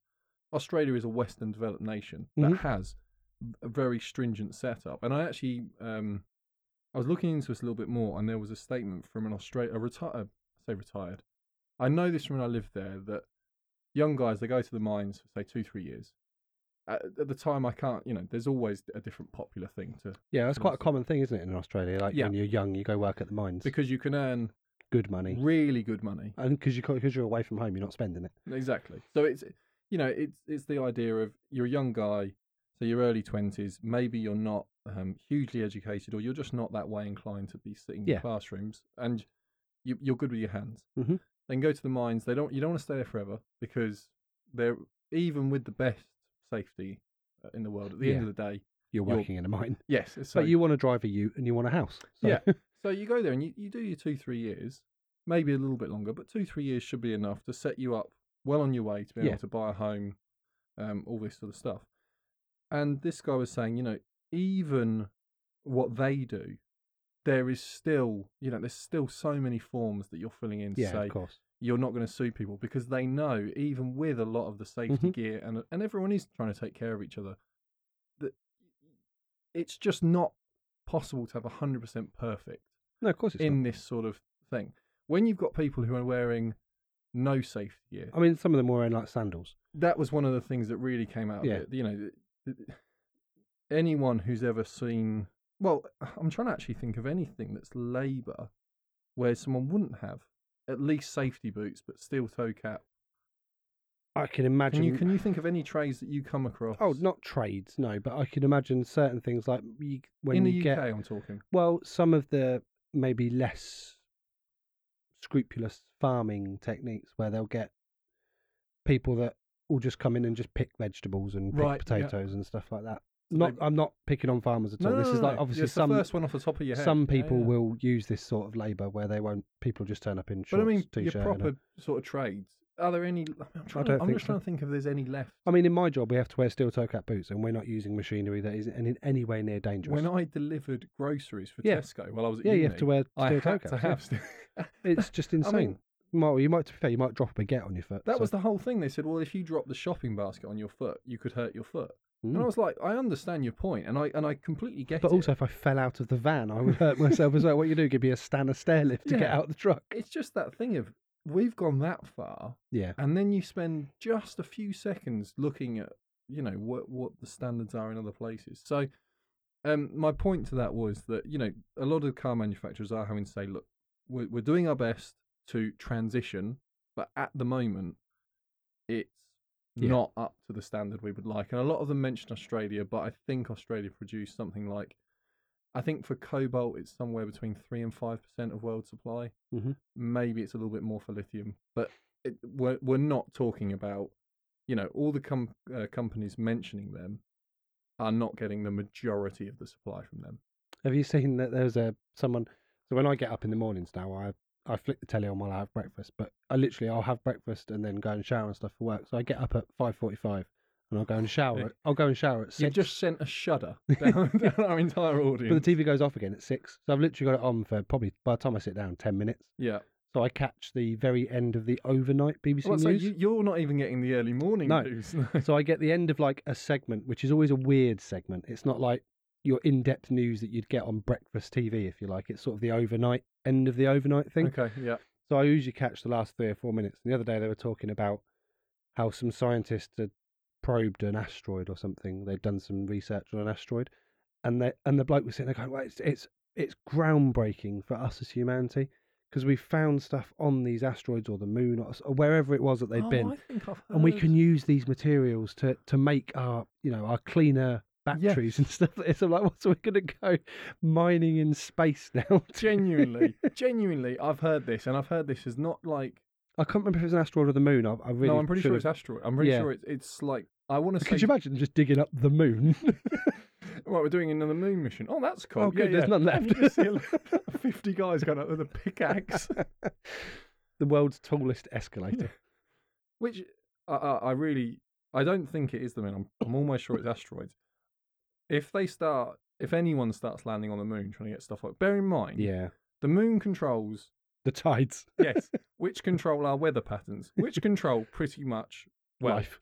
Speaker 1: Australia is a Western developed nation
Speaker 2: Mhm.
Speaker 1: that has a very stringent setup. And I actually, um, I was looking into this a little bit more, and there was a statement from an Australian, a retired, I say retired. I know this from when I lived there that young guys they go to the mines for say two three years. At, at the time, I can't, you know, there's always a different popular thing to
Speaker 2: Yeah, that's quite a common thing, isn't it, in Australia? Like
Speaker 1: Yeah.
Speaker 2: when you're young, you go work at the mines,
Speaker 1: because you can earn
Speaker 2: good money,
Speaker 1: really good money.
Speaker 2: and because you because you're away from home, you're not spending it.
Speaker 1: Exactly. So it's you know it's it's the idea of you're a young guy, so your early twenties. Maybe you're not um, hugely educated, or you're just not that way inclined to be sitting in
Speaker 2: Yeah.
Speaker 1: classrooms, and you, you're good with your hands.
Speaker 2: Mhm.
Speaker 1: Then go to the mines. They don't. You don't want to stay there forever because they're even with the best safety uh, in the world. At the end
Speaker 2: Yeah.
Speaker 1: of the day,
Speaker 2: You're
Speaker 1: You're-
Speaker 2: working in a mine,
Speaker 1: yes. So
Speaker 2: but you want to drive a Ute and you want a house. So,
Speaker 1: Yeah. so you go there and you, you do your two, three years, maybe a little bit longer, but two, three years should be enough to set you up well on your way to be
Speaker 2: Yeah.
Speaker 1: able to buy a home, um, all this sort of stuff. And this guy was saying, you know, even what they do, there is still, you know, there's still so many forms that you're filling in to
Speaker 2: yeah,
Speaker 1: say
Speaker 2: of course.
Speaker 1: you're not going to sue people because they know, even with a lot of the safety
Speaker 2: Mhm.
Speaker 1: gear and and everyone is trying to take care of each other, that it's just not possible to have hundred percent perfect
Speaker 2: No, of course it's.
Speaker 1: in
Speaker 2: not.
Speaker 1: this sort of thing. When you've got people who are wearing no safety gear,
Speaker 2: I mean, some of them were in like sandals.
Speaker 1: that was one of the things that really came out
Speaker 2: Yeah.
Speaker 1: of it. You know, th- th- anyone who's ever seen, well, I'm trying to actually think of anything that's labour where someone wouldn't have at least safety boots, but steel toe cap.
Speaker 2: I can imagine.
Speaker 1: Can you can you think of any trades that you come across?
Speaker 2: Oh, not trades, no, but I can imagine certain things like you, when
Speaker 1: in the
Speaker 2: you
Speaker 1: UK.
Speaker 2: get
Speaker 1: I'm talking.
Speaker 2: Well, some of the maybe less scrupulous farming techniques where they'll get people that will just come in and just pick vegetables and pick
Speaker 1: Right, yeah.
Speaker 2: potatoes and stuff like that.
Speaker 1: So
Speaker 2: Not,
Speaker 1: they-
Speaker 2: I'm not picking on farmers at all. this is like obviously
Speaker 1: It's
Speaker 2: some
Speaker 1: the first one off the top of your head.
Speaker 2: some
Speaker 1: Yeah,
Speaker 2: people
Speaker 1: yeah.
Speaker 2: will use this sort of labour where they won't people just turn up in shirts,
Speaker 1: But I mean, your
Speaker 2: t-shirt. and a-
Speaker 1: proper sort of trades are there any? I'm, trying,
Speaker 2: don't
Speaker 1: I'm
Speaker 2: think
Speaker 1: just trying
Speaker 2: so.
Speaker 1: to think if there's any left.
Speaker 2: I mean, in my job, we have to wear steel toe cap boots, and we're not using machinery that isn't in any way near dangerous.
Speaker 1: When I delivered groceries for
Speaker 2: Yeah.
Speaker 1: Tesco while I was at
Speaker 2: yeah,
Speaker 1: uni,
Speaker 2: you have to wear
Speaker 1: I
Speaker 2: steel toe
Speaker 1: had
Speaker 2: caps.
Speaker 1: to
Speaker 2: yeah.
Speaker 1: have. st-
Speaker 2: It's just insane. well, you might, to be fair, you might drop a baguette on your foot.
Speaker 1: that
Speaker 2: so-
Speaker 1: was the whole thing. They said, well, if you drop the shopping basket on your foot, you could hurt your foot. And I
Speaker 2: Mm.
Speaker 1: was like, I understand your point, and I and I completely get
Speaker 2: But
Speaker 1: it.
Speaker 2: also, if I fell out of the van, I would hurt myself as well. What you do? Give me a stand a stair lift to get
Speaker 1: Yeah.
Speaker 2: out the truck.
Speaker 1: it's just that thing of we've gone that far,
Speaker 2: Yeah,
Speaker 1: and then you spend just a few seconds looking at you know what what the standards are in other places. So, um, my point to that was that you know a lot of car manufacturers are having to say, look, we're, we're doing our best to transition, but at the moment, it's
Speaker 2: Yeah.
Speaker 1: not up to the standard we would like. And a lot of them mentioned Australia, but I think Australia produced something like. I think for cobalt, it's somewhere between three and five percent of world supply.
Speaker 2: Mhm.
Speaker 1: Maybe it's a little bit more for lithium, but it, we're we're not talking about, you know, all the com- uh, companies mentioning them are not getting the majority of the supply from them.
Speaker 2: Have you seen that there's a someone? So when I get up in the mornings now, I I flick the telly on while I have breakfast. But I literally I'll have breakfast and then go and shower and stuff for work. So I get up at five forty-five and I'll go and shower.
Speaker 1: Yeah.
Speaker 2: at- I'll go and shower at
Speaker 1: You've
Speaker 2: six.
Speaker 1: just sent a shudder down, down our entire audience.
Speaker 2: But the TV goes off again at six. So I've literally got it on for probably by the time I sit down ten minutes.
Speaker 1: yeah.
Speaker 2: So I catch the very end of the overnight BBC
Speaker 1: Well, so
Speaker 2: news.
Speaker 1: you, you're not even getting the early morning
Speaker 2: No.
Speaker 1: news.
Speaker 2: So I get the end of like a segment, which is always a weird segment. It's not like your in-depth news that you'd get on breakfast TV, if you like. It's sort of the overnight end of the overnight thing.
Speaker 1: okay. Yeah.
Speaker 2: So I usually catch the last three or four minutes. And the other day they were talking about how some scientists had probed an asteroid or something. They'd done some research on an asteroid, and they and the bloke was sitting there going, "Well, it's it's it's groundbreaking for us as humanity." Because we found stuff on these asteroids or the moon or s- or wherever it was that they'd
Speaker 1: Oh,
Speaker 2: been,
Speaker 1: I think I've
Speaker 2: and we
Speaker 1: heard-
Speaker 2: can use these materials to to make our you know our cleaner batteries and stuff like this. I'm like, what's so we're gonna go mining in space now?
Speaker 1: genuinely, genuinely, I've heard this, and I've heard this is not like.
Speaker 2: I can't remember if it was an asteroid or the moon. I, I really
Speaker 1: no, I'm pretty sure
Speaker 2: should've-
Speaker 1: it's asteroid. I'm pretty
Speaker 2: Yeah.
Speaker 1: sure it's it's like I want to say.
Speaker 2: Could you imagine just digging up the moon?
Speaker 1: Right, we're doing another moon mission. Oh, that's cool.
Speaker 2: Oh,
Speaker 1: Yeah,
Speaker 2: good, there's
Speaker 1: yeah.
Speaker 2: none
Speaker 1: And you
Speaker 2: left.
Speaker 1: just see a lo- Fifty guys going up with a pickaxe.
Speaker 2: the world's tallest escalator.
Speaker 1: which I, I, I really I don't think it is the moon. I'm, I'm almost sure it's asteroids. If they start, if anyone starts landing on the moon trying to get stuff like, bear in mind,
Speaker 2: yeah.
Speaker 1: the moon controls
Speaker 2: The tides.
Speaker 1: yes, which control our weather patterns, which control pretty much well,
Speaker 2: Life.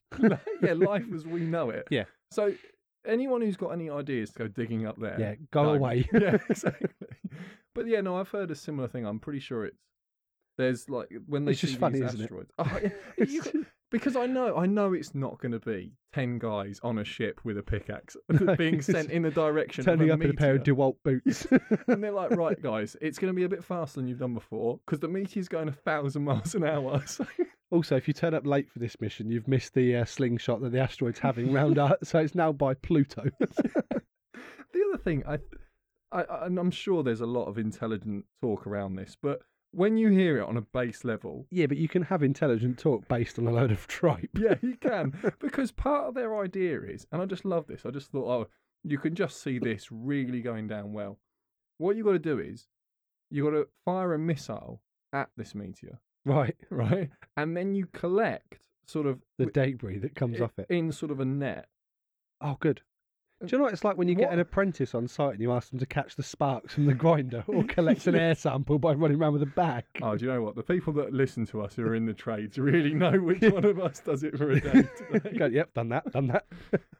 Speaker 1: yeah, life as we know it.
Speaker 2: Yeah.
Speaker 1: So anyone who's got any ideas to go digging up there,
Speaker 2: Yeah. Go
Speaker 1: don't.
Speaker 2: away.
Speaker 1: yeah, exactly. But yeah, no, I've heard a similar thing. I'm pretty sure it's there's like when they
Speaker 2: It's just
Speaker 1: see
Speaker 2: funny,
Speaker 1: these
Speaker 2: isn't it?
Speaker 1: asteroids. Oh, yeah, you got- because I know, I know it's not going to be ten guys on a ship with a pickaxe
Speaker 2: No,
Speaker 1: being
Speaker 2: it's
Speaker 1: sent in the direction.
Speaker 2: Turning
Speaker 1: of a
Speaker 2: up in a pair of
Speaker 1: meteor.
Speaker 2: Dewalt boots.
Speaker 1: and they're like, right, guys, it's going to be a bit faster than you've done before because the meteor's going a thousand miles an hour. So
Speaker 2: also, if you turn up late for this mission, you've missed the uh, slingshot that the asteroid's having round our. So it's now by Pluto.
Speaker 1: the other thing, I, I, I- and I'm sure there's a lot of intelligent talk around this, but when you hear it on a base level,
Speaker 2: yeah, but you can have intelligent talk based on a load of tripe.
Speaker 1: yeah, you can. Because part of their idea is, and I just love this, I just thought, oh, you can just see this really going down well. What you got to do is, you got to fire a missile at this meteor,
Speaker 2: Right.
Speaker 1: right? And then you collect sort of
Speaker 2: The debris that comes off it.
Speaker 1: in sort of a net.
Speaker 2: Oh, good. Do you know what it's like when you get
Speaker 1: What-
Speaker 2: an apprentice on site and you ask them to catch the sparks from the grinder or collect an air sample by running around with a bag?
Speaker 1: Oh, do you know what? The people that listen to us who are in the trades really know which one of us does it for a day today.
Speaker 2: Go, yep, done that, done that.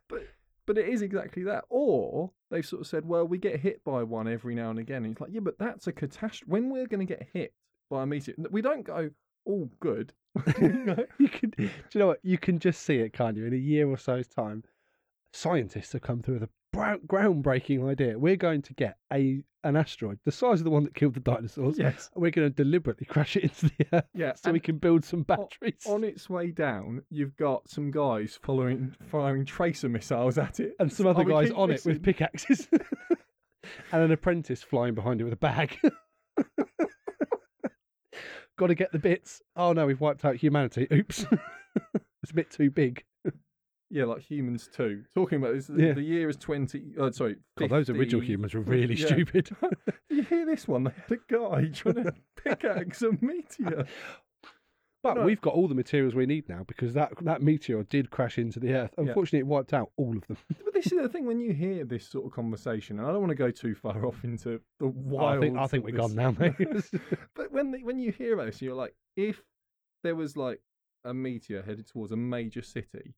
Speaker 1: But it is exactly that. Or they've sort of said, well, we get hit by one every now and again. And it's like, yeah, but that's a catastrophe. When we're going to get hit by a meteor, we don't go, all good. You know?
Speaker 2: You can, do you know what? You can just see it, can't you? In a year or so's time, scientists have come through with a brou- groundbreaking idea. We're going to get a an asteroid the size of the one that killed the dinosaurs.
Speaker 1: yes.
Speaker 2: And we're going to deliberately crash it into the earth
Speaker 1: Yeah.
Speaker 2: so we
Speaker 1: and
Speaker 2: can build some
Speaker 1: o-
Speaker 2: batteries.
Speaker 1: on its way down, you've got some guys following, firing tracer missiles at it.
Speaker 2: and some other
Speaker 1: Oh, we
Speaker 2: guys
Speaker 1: keep
Speaker 2: on it
Speaker 1: missing.
Speaker 2: with pickaxes. and an apprentice flying behind it with a bag. Got to get the bits. Oh no, we've wiped out humanity. Oops. it's a bit too big.
Speaker 1: Yeah, like humans too. Talking about this,
Speaker 2: Yeah.
Speaker 1: the year is 20. Oh, sorry.
Speaker 2: God, those original
Speaker 1: 50
Speaker 2: humans were really
Speaker 1: Yeah.
Speaker 2: stupid.
Speaker 1: You hear this one? They had a guy trying to pickaxe a meteor.
Speaker 2: But
Speaker 1: No.
Speaker 2: we've got all the materials we need now because that, that meteor did crash into the Earth. Unfortunately, it wiped out all of them.
Speaker 1: But this is the thing when you hear this sort of conversation, and I don't want to go too far off into the wild.
Speaker 2: Oh, I think, I think we're gone now, mate.
Speaker 1: but when the, when you hear this, you're like, if there was like a meteor headed towards a major city,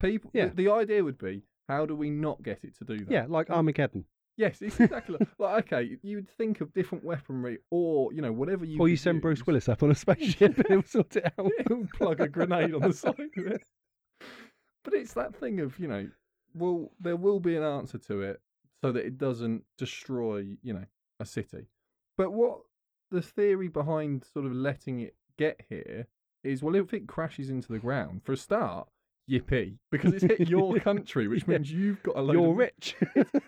Speaker 1: people,
Speaker 2: Yeah.
Speaker 1: the, the idea would be, how do we not get it to do that?
Speaker 2: yeah, like Armageddon.
Speaker 1: Yes, it's exactly like, like, okay. You'd think of different weaponry, or you know, whatever you.
Speaker 2: or
Speaker 1: could
Speaker 2: you send
Speaker 1: use.
Speaker 2: Bruce Willis up on a spaceship and he'll sort it out.
Speaker 1: and plug a grenade on the side of it. But it's that thing of, you know, well, there will be an answer to it so that it doesn't destroy, you know, a city. But what the theory behind sort of letting it get here is well, if it crashes into the ground, for a start, yippee, because it's hit your country, which
Speaker 2: Yeah.
Speaker 1: means you've got a load
Speaker 2: You're
Speaker 1: of
Speaker 2: rich.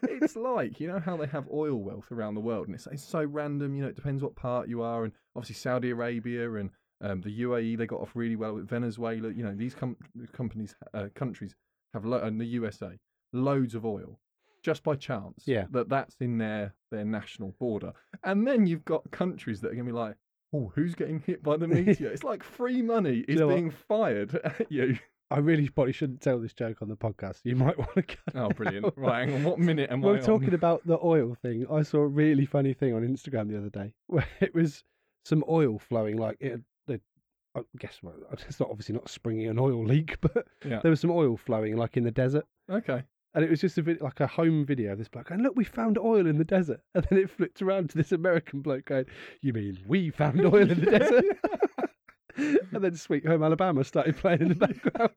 Speaker 1: it's like you know how they have oil wealth around the world, and it's, it's so random. You know, it depends what part you are, and obviously Saudi Arabia and um, the UAE they got off really well with Venezuela. You know, these com- companies uh, countries have lo- and the USA loads of oil just by chance.
Speaker 2: Yeah.
Speaker 1: that that's in their their national border, and then you've got countries that are gonna be like. Oh, who's getting hit by the meteor? It's like free money is
Speaker 2: you know what?
Speaker 1: being fired at you.
Speaker 2: I really probably shouldn't tell this joke on the podcast. You might want to go.
Speaker 1: Oh, brilliant! Right, hang on. What minute am I?
Speaker 2: We're
Speaker 1: on?
Speaker 2: talking about the oil thing. I saw a really funny thing on Instagram the other day where it was some oil flowing. Like it, the, I guess well, it's not obviously not springing an oil leak, but
Speaker 1: Yeah.
Speaker 2: there was some oil flowing like in the desert,
Speaker 1: Okay.
Speaker 2: and it was just a vid- like a home video of this bloke. And look, we found oil in the desert, and then it flipped around to this American bloke going, "You mean we found oil in the desert?" and then Sweet Home Alabama started playing in the background.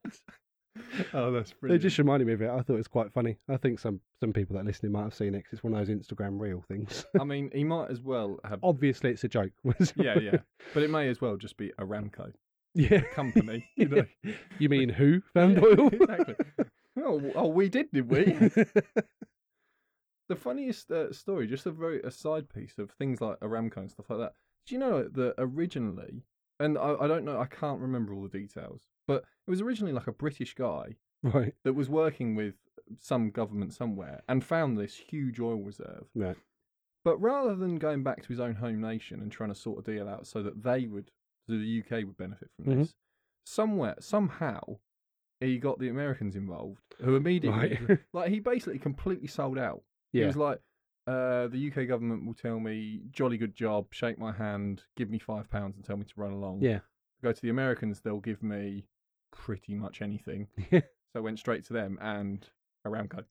Speaker 1: Oh, that's
Speaker 2: They
Speaker 1: brilliant.
Speaker 2: just reminded me of it. I thought it was quite funny. I think some some people that are listening might have seen it 'cause it's one of those Instagram reel things.
Speaker 1: I mean, he might as well have.
Speaker 2: Obviously, it's a joke. was-
Speaker 1: Yeah, yeah. But it may as well just be Aramco
Speaker 2: yeah.
Speaker 1: company. You know,
Speaker 2: You mean who found oil?
Speaker 1: exactly. Oh, w- oh, we did, did we? the funniest uh, story, just a very a side piece of things like Aramco and stuff like that. Do you know that originally, and I, I don't know, I can't remember all the details, but it was originally like a British guy
Speaker 2: right,
Speaker 1: that was working with some government somewhere and found this huge oil reserve.
Speaker 2: right.
Speaker 1: But rather than going back to his own home nation and trying to sort a deal out so that they would, so the UK would benefit from
Speaker 2: Mhm.
Speaker 1: this, somewhere, somehow, he got the Americans involved, who immediately,
Speaker 2: Right.
Speaker 1: like, he basically completely sold out. He
Speaker 2: Yeah.
Speaker 1: was like, uh, the UK government will tell me, jolly good job, shake my hand, give me five pounds and tell me to run along.
Speaker 2: Yeah.
Speaker 1: Go to the Americans, they'll give me pretty much anything.
Speaker 2: Yeah.
Speaker 1: So I went straight to them and Aramco.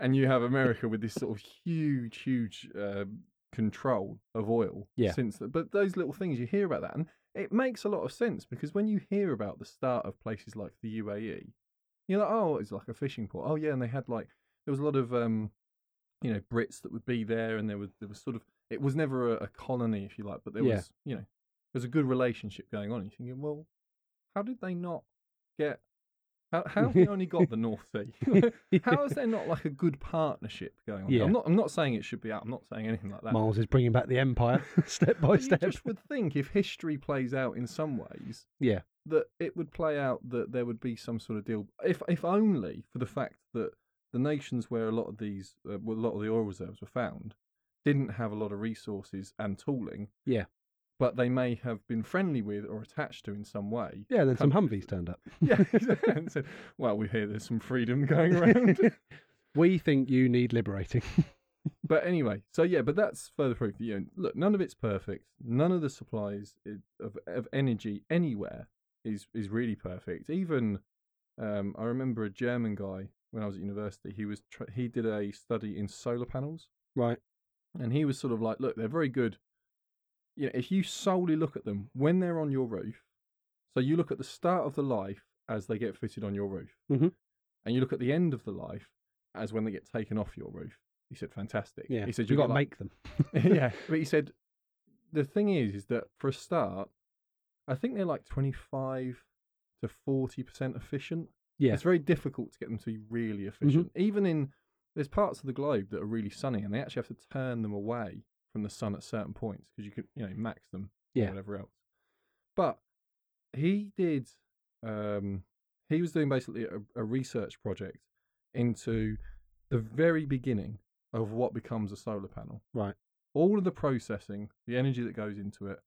Speaker 1: and you have America with this sort of huge, huge uh, control of oil.
Speaker 2: Yeah.
Speaker 1: Since that, but those little things you hear about that, and it makes a lot of sense because when you hear about the start of places like the UAE, you're like, oh, it's like a fishing port. Oh yeah, and they had like there was a lot of um, you know, Brits that would be there, and there was there was sort of it was never a, a colony, if you like, but there
Speaker 2: Yeah.
Speaker 1: was you know there was a good relationship going on. And you're thinking, well, how did they not get? How, how have they only got the North Sea? How is there not like a good partnership going on? here?
Speaker 2: Yeah.
Speaker 1: I'm not. I'm not saying it should be out. I'm not saying anything like that.
Speaker 2: Miles is bringing back the empire step by
Speaker 1: But you
Speaker 2: step.
Speaker 1: just would think if history plays out in some ways,
Speaker 2: Yeah.
Speaker 1: that it would play out that there would be some sort of deal. If if only for the fact that the nations where a lot of these, uh, well, a lot of the oil reserves were found, didn't have a lot of resources and tooling.
Speaker 2: Yeah.
Speaker 1: But they may have been friendly with or attached to in some way.
Speaker 2: Yeah, then some Humvees turned up.
Speaker 1: Yeah. and said, well, we hear there's some freedom going around.
Speaker 2: We think you need liberating.
Speaker 1: But anyway, so yeah, but that's further proof. that, You know, look, none of it's perfect. None of the supplies i- of of energy anywhere is is really perfect. Even um, I remember a German guy when I was at university. He was tr- he did a study in solar panels,
Speaker 2: Right.
Speaker 1: and he was sort of like, look, they're very good. You know, if you solely look at them when they're on your roof, so you look at the start of the life as they get fitted on your roof,
Speaker 2: Mhm.
Speaker 1: and you look at the end of the life as when they get taken off your roof. He said, fantastic.
Speaker 2: Yeah.
Speaker 1: He said,
Speaker 2: you
Speaker 1: "You'll
Speaker 2: got
Speaker 1: get
Speaker 2: to
Speaker 1: like-
Speaker 2: make them.
Speaker 1: yeah, but he said the thing is, is that for a start, I think they're like twenty-five to forty percent efficient.
Speaker 2: Yeah. Mm-hmm.
Speaker 1: It's very difficult to get them to be really efficient. Even in there's parts of the globe that are really sunny, and they actually have to turn them away from the sun at certain points because you could, you know, max them or
Speaker 2: Yeah.
Speaker 1: whatever else. But he did. Um, he was doing basically a, a research project into the very beginning of what becomes a solar panel
Speaker 2: Right.
Speaker 1: all of the processing, the energy that goes into it,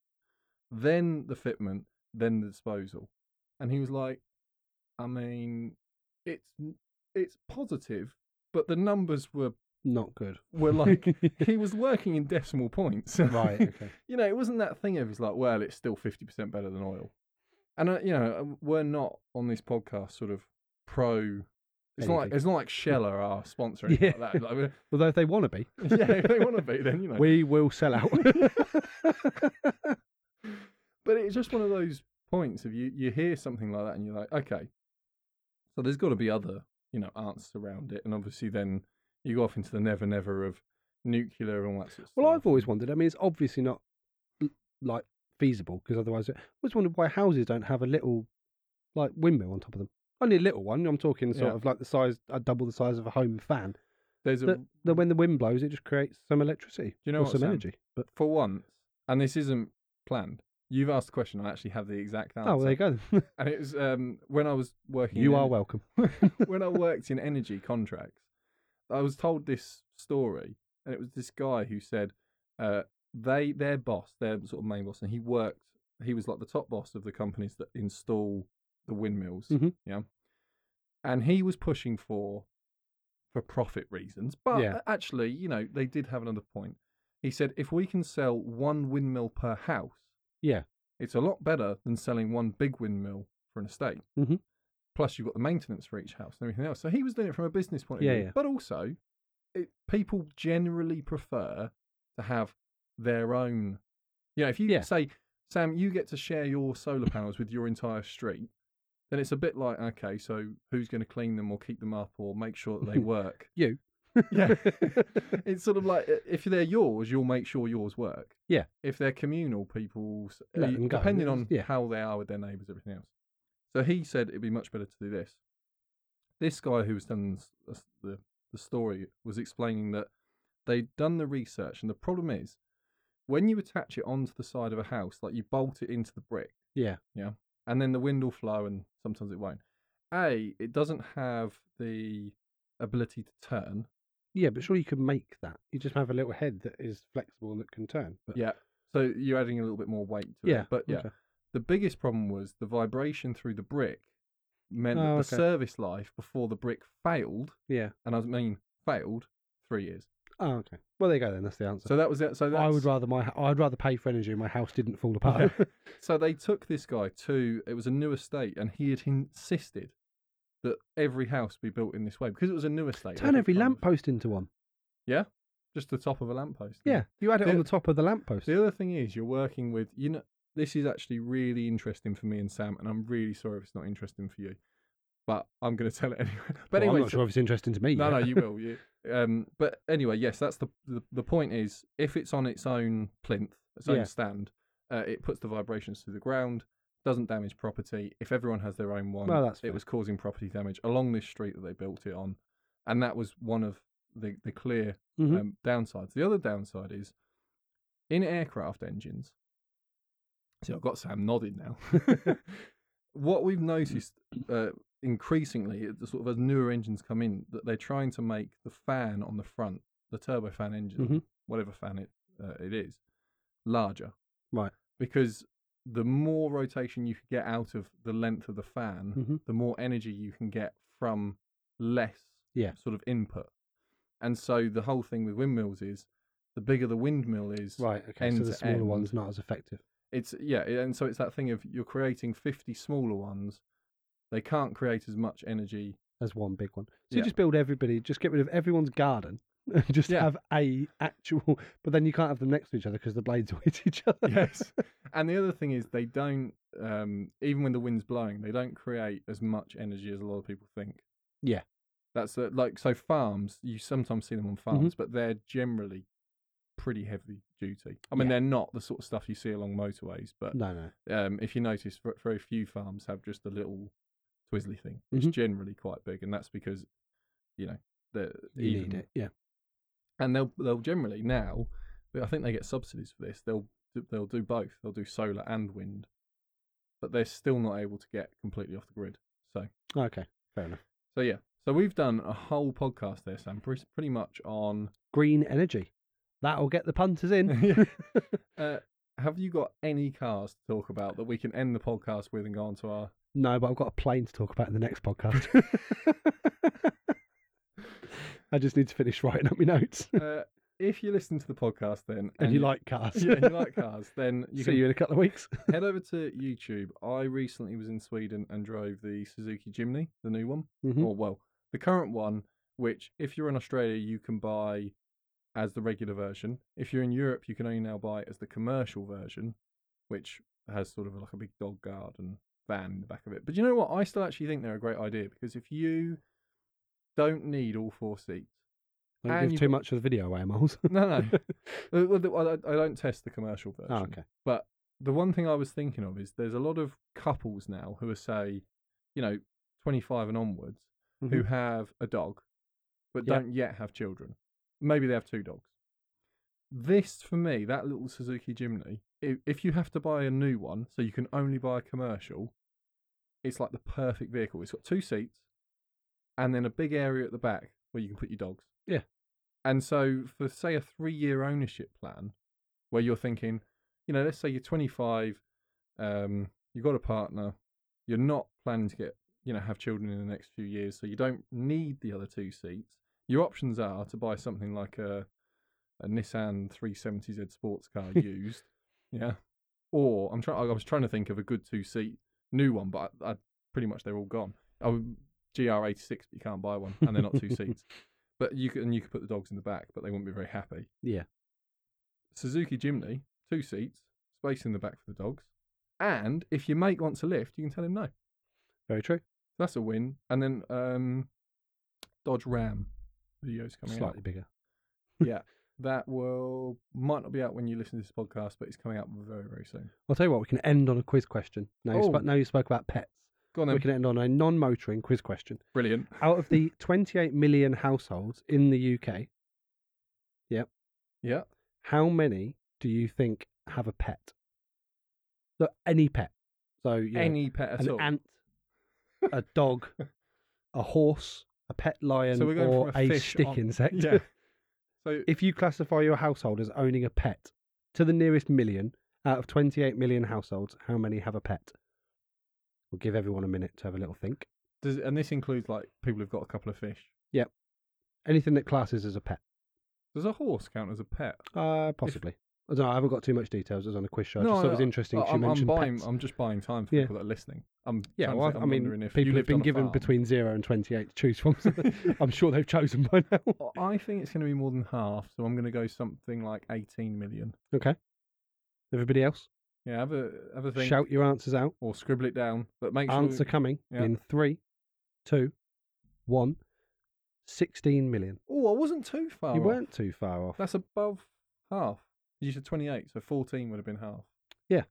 Speaker 1: then the fitment, then the disposal. And he was like, I mean, it's it's positive, but the numbers were
Speaker 2: Not good.
Speaker 1: were like he was working in decimal points.
Speaker 2: right. Okay.
Speaker 1: you know, it wasn't that thing of it's like, well, it's still 50% better than oil. And, uh, you know, uh, we're not on this podcast sort of pro. It's not, like,
Speaker 2: Anything.
Speaker 1: it's not like Shell are our sponsor or anything like that. Like, we're-
Speaker 2: Although if they want to be,
Speaker 1: yeah, if they want to be, then, you know.
Speaker 2: we will sell out.
Speaker 1: but it's just one of those points of you, you hear something like that and you're like, okay, so there's got to be other, you know, answers around it. And obviously then you go off into the never never of nuclear and all that sort of
Speaker 2: well,
Speaker 1: stuff.
Speaker 2: I've always wondered. I mean, it's obviously not l- like feasible because otherwise, I always wondered why houses don't have a little like windmill on top of them. Only a little one. I'm talking sort
Speaker 1: Yeah.
Speaker 2: of like the size, uh, double the size of a home fan.
Speaker 1: There's a,
Speaker 2: That, that when the wind blows, it just creates some electricity
Speaker 1: Mm. you know
Speaker 2: or
Speaker 1: what,
Speaker 2: some
Speaker 1: Sam?
Speaker 2: energy. But
Speaker 1: for once, and this isn't planned. You've asked the question. I actually have the exact answer.
Speaker 2: oh, well, there you go. then.
Speaker 1: And it was um, when I was working.
Speaker 2: you
Speaker 1: in-
Speaker 2: are welcome.
Speaker 1: when I worked in energy contracts, I was told this story, and it was this guy who said uh, they their boss, their sort of main boss, and he worked. He was like the top boss of the companies that install the windmills.
Speaker 2: Mhm.
Speaker 1: Yeah, and he was pushing for for profit reasons, but
Speaker 2: Yeah.
Speaker 1: actually, you know, they did have another point. He said if we can sell one windmill per house,
Speaker 2: Yeah.
Speaker 1: it's a lot better than selling one big windmill for an estate.
Speaker 2: Mhm.
Speaker 1: Plus, you've got the maintenance for each house and everything else. So he was doing it from a business point of
Speaker 2: Yeah,
Speaker 1: view.
Speaker 2: yeah.
Speaker 1: But also, it, people generally prefer to have their own. You know, if you
Speaker 2: Yeah.
Speaker 1: say, Sam, you get to share your solar panels with your entire street, then it's a bit like, okay, so who's going to clean them or keep them up or make sure that they work?
Speaker 2: You.
Speaker 1: Yeah. it's sort of like i- if they're yours, you'll make sure yours work.
Speaker 2: Yeah.
Speaker 1: If they're communal, people s-
Speaker 2: Let
Speaker 1: you-
Speaker 2: them go.
Speaker 1: depending on
Speaker 2: Yeah.
Speaker 1: how they are with their neighbours, everything else. So he said it'd be much better to do this. This guy who was done s- s- the the story was explaining that they'd done the research, and the problem is when you attach it onto the side of a house, like you bolt it into the brick,
Speaker 2: Yeah.
Speaker 1: and then the wind will flow, and sometimes it won't. A, it doesn't have the ability to turn,
Speaker 2: Yeah, but surely you could make that. You just have a little head that is flexible and that can turn. But
Speaker 1: Yeah. So you're adding a little bit more weight to
Speaker 2: yeah,
Speaker 1: it. But yeah,
Speaker 2: okay.
Speaker 1: the biggest problem was the vibration through the brick meant that
Speaker 2: Oh,
Speaker 1: the
Speaker 2: okay.
Speaker 1: service life before the brick failed,
Speaker 2: yeah.
Speaker 1: and I mean failed, three years.
Speaker 2: Oh, okay. Well, there you go then. That's the answer.
Speaker 1: So that was it. So that's,
Speaker 2: I would rather my I'd rather pay for energy. and My house didn't fall apart.
Speaker 1: So they took this guy to it was a new estate, and he had insisted that every house be built in this way because it was a new estate.
Speaker 2: Turn
Speaker 1: they
Speaker 2: every
Speaker 1: could kind of-
Speaker 2: lamppost into one.
Speaker 1: just the top of a lamppost.
Speaker 2: Yeah, you had it on
Speaker 1: The-
Speaker 2: the top of the lamppost.
Speaker 1: The other thing is, you're working with, you know, this is actually really interesting for me and Sam, and I'm really sorry if it's not interesting for you, but I'm going to tell it anyway. But
Speaker 2: Well,
Speaker 1: anyway,
Speaker 2: I'm not sure if it's interesting to me.
Speaker 1: no,
Speaker 2: yet.
Speaker 1: no, you will. You, um, but anyway, yes, that's the, the the point is, if it's on its own plinth, its own
Speaker 2: Yeah.
Speaker 1: stand, uh, it puts the vibrations to the ground, doesn't damage property. If everyone has their own one,
Speaker 2: Well, that's
Speaker 1: it
Speaker 2: fair.
Speaker 1: was causing property damage along this street that they built it on, and that was one of the the clear
Speaker 2: Mhm.
Speaker 1: um, downsides. The other downside is in aircraft engines. See, I've got Sam nodding now. what we've noticed uh, increasingly, uh, the sort of as newer engines come in, that they're trying to make the fan on the front, the turbofan engine,
Speaker 2: Mhm.
Speaker 1: whatever fan it uh, it is, larger.
Speaker 2: Right.
Speaker 1: Because the more rotation you can get out of the length of the fan,
Speaker 2: Mhm.
Speaker 1: the more energy you can get from less
Speaker 2: Yeah.
Speaker 1: sort of input. And so the whole thing with windmills is the bigger the windmill is,
Speaker 2: Right. Okay. so
Speaker 1: end
Speaker 2: the
Speaker 1: to
Speaker 2: smaller
Speaker 1: end.
Speaker 2: one's not as effective.
Speaker 1: it's yeah, and so it's that thing of you're creating 50 smaller ones. They can't create as much energy.
Speaker 2: That's one big one. So
Speaker 1: Yeah.
Speaker 2: you just build everybody, just get rid of everyone's garden, and just
Speaker 1: Yeah.
Speaker 2: have a actual. But then you can't have them next to each other because the blades will hit each other.
Speaker 1: Yes. and the other thing is they don't um, even when the wind's blowing, they don't create as much energy as a lot of people think.
Speaker 2: Yeah.
Speaker 1: That's uh like so farms, you sometimes see them on
Speaker 2: Mm-hmm.
Speaker 1: farms, but they're generally pretty heavy duty. I mean,
Speaker 2: Yeah.
Speaker 1: they're not the sort of stuff you see along motorways, but
Speaker 2: no, no.
Speaker 1: um, if you notice, ver- very few farms have just a little twizzly thing. It's
Speaker 2: Mhm.
Speaker 1: generally quite big, and that's because you know the
Speaker 2: You
Speaker 1: even,
Speaker 2: need it. Yeah.
Speaker 1: and they'll they'll generally now. I think they get subsidies for this. They'll do- they'll do both. They'll do solar and wind, but they're still not able to get completely off the grid. So
Speaker 2: Okay. Fair enough.
Speaker 1: so yeah. So we've done a whole podcast there, Sam, pretty, pretty much on
Speaker 2: Green energy. That'll get the punters in.
Speaker 1: uh, have you got any cars to talk about that we can end the podcast with and go on to our?
Speaker 2: No, but I've got a plane to talk about in the next podcast. I just need to finish writing up my notes.
Speaker 1: Uh, if you listen to the podcast, then
Speaker 2: And you like cars.
Speaker 1: yeah, and you like cars, then you
Speaker 2: See
Speaker 1: can
Speaker 2: you in a couple of weeks.
Speaker 1: head over to YouTube. I recently was in Sweden and drove the Suzuki Jimny, the new one,
Speaker 2: Mhm.
Speaker 1: or well, the current one. Which, if you're in Australia, you can buy as the regular version. If you're in Europe, you can only now buy it as the commercial version, which has sort of like a big dog guard and van in the back of it. But you know what? I still actually think they're a great idea because if you don't need all four seats,
Speaker 2: Don't
Speaker 1: And
Speaker 2: give
Speaker 1: you've
Speaker 2: too much of the video away, Miles.
Speaker 1: no, no, Uh, well, the- I I don't test the commercial version.
Speaker 2: oh, okay.
Speaker 1: But the one thing I was thinking of is there's a lot of couples now who are say, you know, 25 and onwards who
Speaker 2: Mhm.
Speaker 1: have a dog, but
Speaker 2: Yeah.
Speaker 1: don't yet have children. Maybe they have two dogs. This for me, that little Suzuki Jimny, i- if you have to buy a new one, so you can only buy a commercial, it's like the perfect vehicle. It's got two seats, and then a big area at the back where you can put your dogs.
Speaker 2: Yeah.
Speaker 1: And so for say a three year ownership plan, where you're thinking, you know, let's say you're 25, um, you've got a partner, you're not planning to get, you know, have children in the next few years, so you don't need the other two seats. Your options are to buy something like a a Nissan 370Z sports car used, yeah, or I'm trying. I was trying to think of a good two seat new one, but I, I pretty much they're all gone. Oh, GR86, but you can't buy one, and they're not two seats. But you can and you could put the dogs in the back, but they wouldn't be very happy.
Speaker 2: Yeah.
Speaker 1: Suzuki Jimny, two seats, space in the back for the dogs, and if your mate wants a lift, you can tell him no.
Speaker 2: Very true.
Speaker 1: That's a win. And then um, Dodge Ram videos coming
Speaker 2: Slightly
Speaker 1: out.
Speaker 2: bigger.
Speaker 1: yeah, that will might not be out when you listen to this podcast, but it's coming out very very soon.
Speaker 2: I'll tell you what, we can end on a quiz question. Now, you,
Speaker 1: Oh.
Speaker 2: sp- now you spoke about pets.
Speaker 1: Go on then.
Speaker 2: We can end on a non motoring quiz question.
Speaker 1: Brilliant.
Speaker 2: Out of the 28 million households in the UK,
Speaker 1: Yeah.
Speaker 2: how many do you think have a pet? So any pet. So you know,
Speaker 1: Any pet at
Speaker 2: an
Speaker 1: all.
Speaker 2: ant, a dog, a horse, a pet lion,
Speaker 1: so we're going
Speaker 2: or
Speaker 1: from a,
Speaker 2: a,
Speaker 1: fish
Speaker 2: stick
Speaker 1: on-
Speaker 2: insect.
Speaker 1: Yeah. So
Speaker 2: if you classify your household as owning a pet, to the nearest million out of 28 million households, how many have a pet? We'll give everyone a minute to have a little think.
Speaker 1: does and this includes like people who've got a couple of fish.
Speaker 2: Anything that classes as a pet,
Speaker 1: Does a horse count as a pet?
Speaker 2: uh, possibly. I don't know. I haven't got too much details. It was on a quiz show. I just
Speaker 1: I-
Speaker 2: thought it was interesting.
Speaker 1: I-
Speaker 2: she
Speaker 1: I'm, I'm
Speaker 2: mentioned
Speaker 1: buying.
Speaker 2: pets.
Speaker 1: I'm just buying time for
Speaker 2: Yeah.
Speaker 1: people that are listening. I'm
Speaker 2: Yeah,
Speaker 1: trying to
Speaker 2: well,
Speaker 1: think-
Speaker 2: I
Speaker 1: I'm
Speaker 2: mean,
Speaker 1: wondering if you
Speaker 2: people have
Speaker 1: lived
Speaker 2: been
Speaker 1: on a
Speaker 2: given
Speaker 1: farm.
Speaker 2: between zero and 28 to choose from. so I'm sure they've chosen by now.
Speaker 1: I think it's going to be more than half, so I'm going to go something like 18 million.
Speaker 2: Okay. Everybody else,
Speaker 1: Yeah, have a have a think
Speaker 2: shout your answers out.
Speaker 1: or scribble it down, but make
Speaker 2: Answer
Speaker 1: sure.
Speaker 2: coming
Speaker 1: Yeah.
Speaker 2: in three, two, one. 16 million.
Speaker 1: Oh, I wasn't too far.
Speaker 2: you
Speaker 1: off.
Speaker 2: weren't too far off.
Speaker 1: That's above half. You said 28, so 14 would have been half.
Speaker 2: Yeah.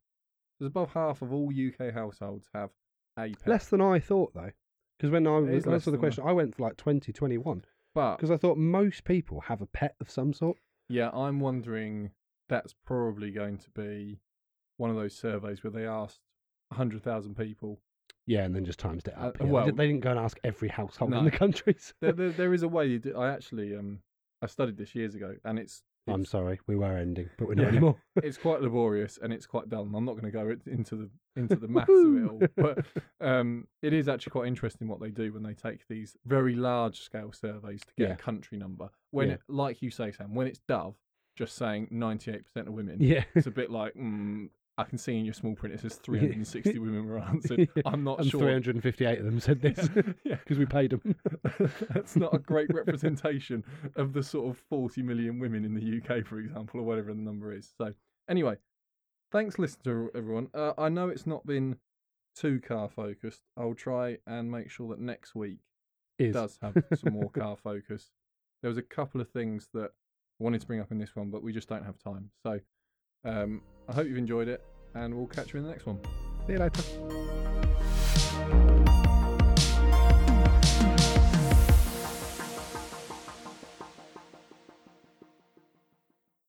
Speaker 1: It's above half of all UK households have a pet.
Speaker 2: Less than I thought, though. Because when I
Speaker 1: It
Speaker 2: was
Speaker 1: is less
Speaker 2: answered the
Speaker 1: than
Speaker 2: question, I went for like 20, 21.
Speaker 1: but
Speaker 2: Because I thought most people have a pet of some sort.
Speaker 1: yeah, I'm wondering that's probably going to be one of those surveys where they asked 100,000 people.
Speaker 2: Yeah, and then just times it up.
Speaker 1: Uh,
Speaker 2: yeah. They
Speaker 1: well-
Speaker 2: did- they didn't go and ask every household in
Speaker 1: No.
Speaker 2: the country. so-
Speaker 1: There, there, there is a way. You do, I actually um I studied this years ago, and it's
Speaker 2: I'm
Speaker 1: it's,
Speaker 2: sorry, we were ending, but we're not
Speaker 1: Yeah.
Speaker 2: anymore.
Speaker 1: it's quite laborious and it's quite dull. And I'm not going to go it- into the into the maths of it all, but um, it is actually quite interesting what they do when they take these very large scale surveys to get
Speaker 2: Yeah.
Speaker 1: a country number. When,
Speaker 2: Yeah.
Speaker 1: it, like you say, Sam, when it's Dove, just saying 98% of women,
Speaker 2: yeah.
Speaker 1: it's a bit like, mm, I can see in your small print it says 360 women were answered.
Speaker 2: Yeah.
Speaker 1: I'm not
Speaker 2: and
Speaker 1: sure.
Speaker 2: 358 of them said this because
Speaker 1: yeah.
Speaker 2: we paid them.
Speaker 1: That's not a great representation of the sort of 40 million women in the UK, for example, or whatever the number is. So, anyway, thanks, listener, everyone. Uh, I know it's not been too car focused. I'll try and make sure that next week
Speaker 2: Is.
Speaker 1: does have some more car focus. There was a couple of things that I wanted to bring up in this one, but we just don't have time. So, um, I hope you've enjoyed it, and we'll catch you in the next one.
Speaker 2: See you later.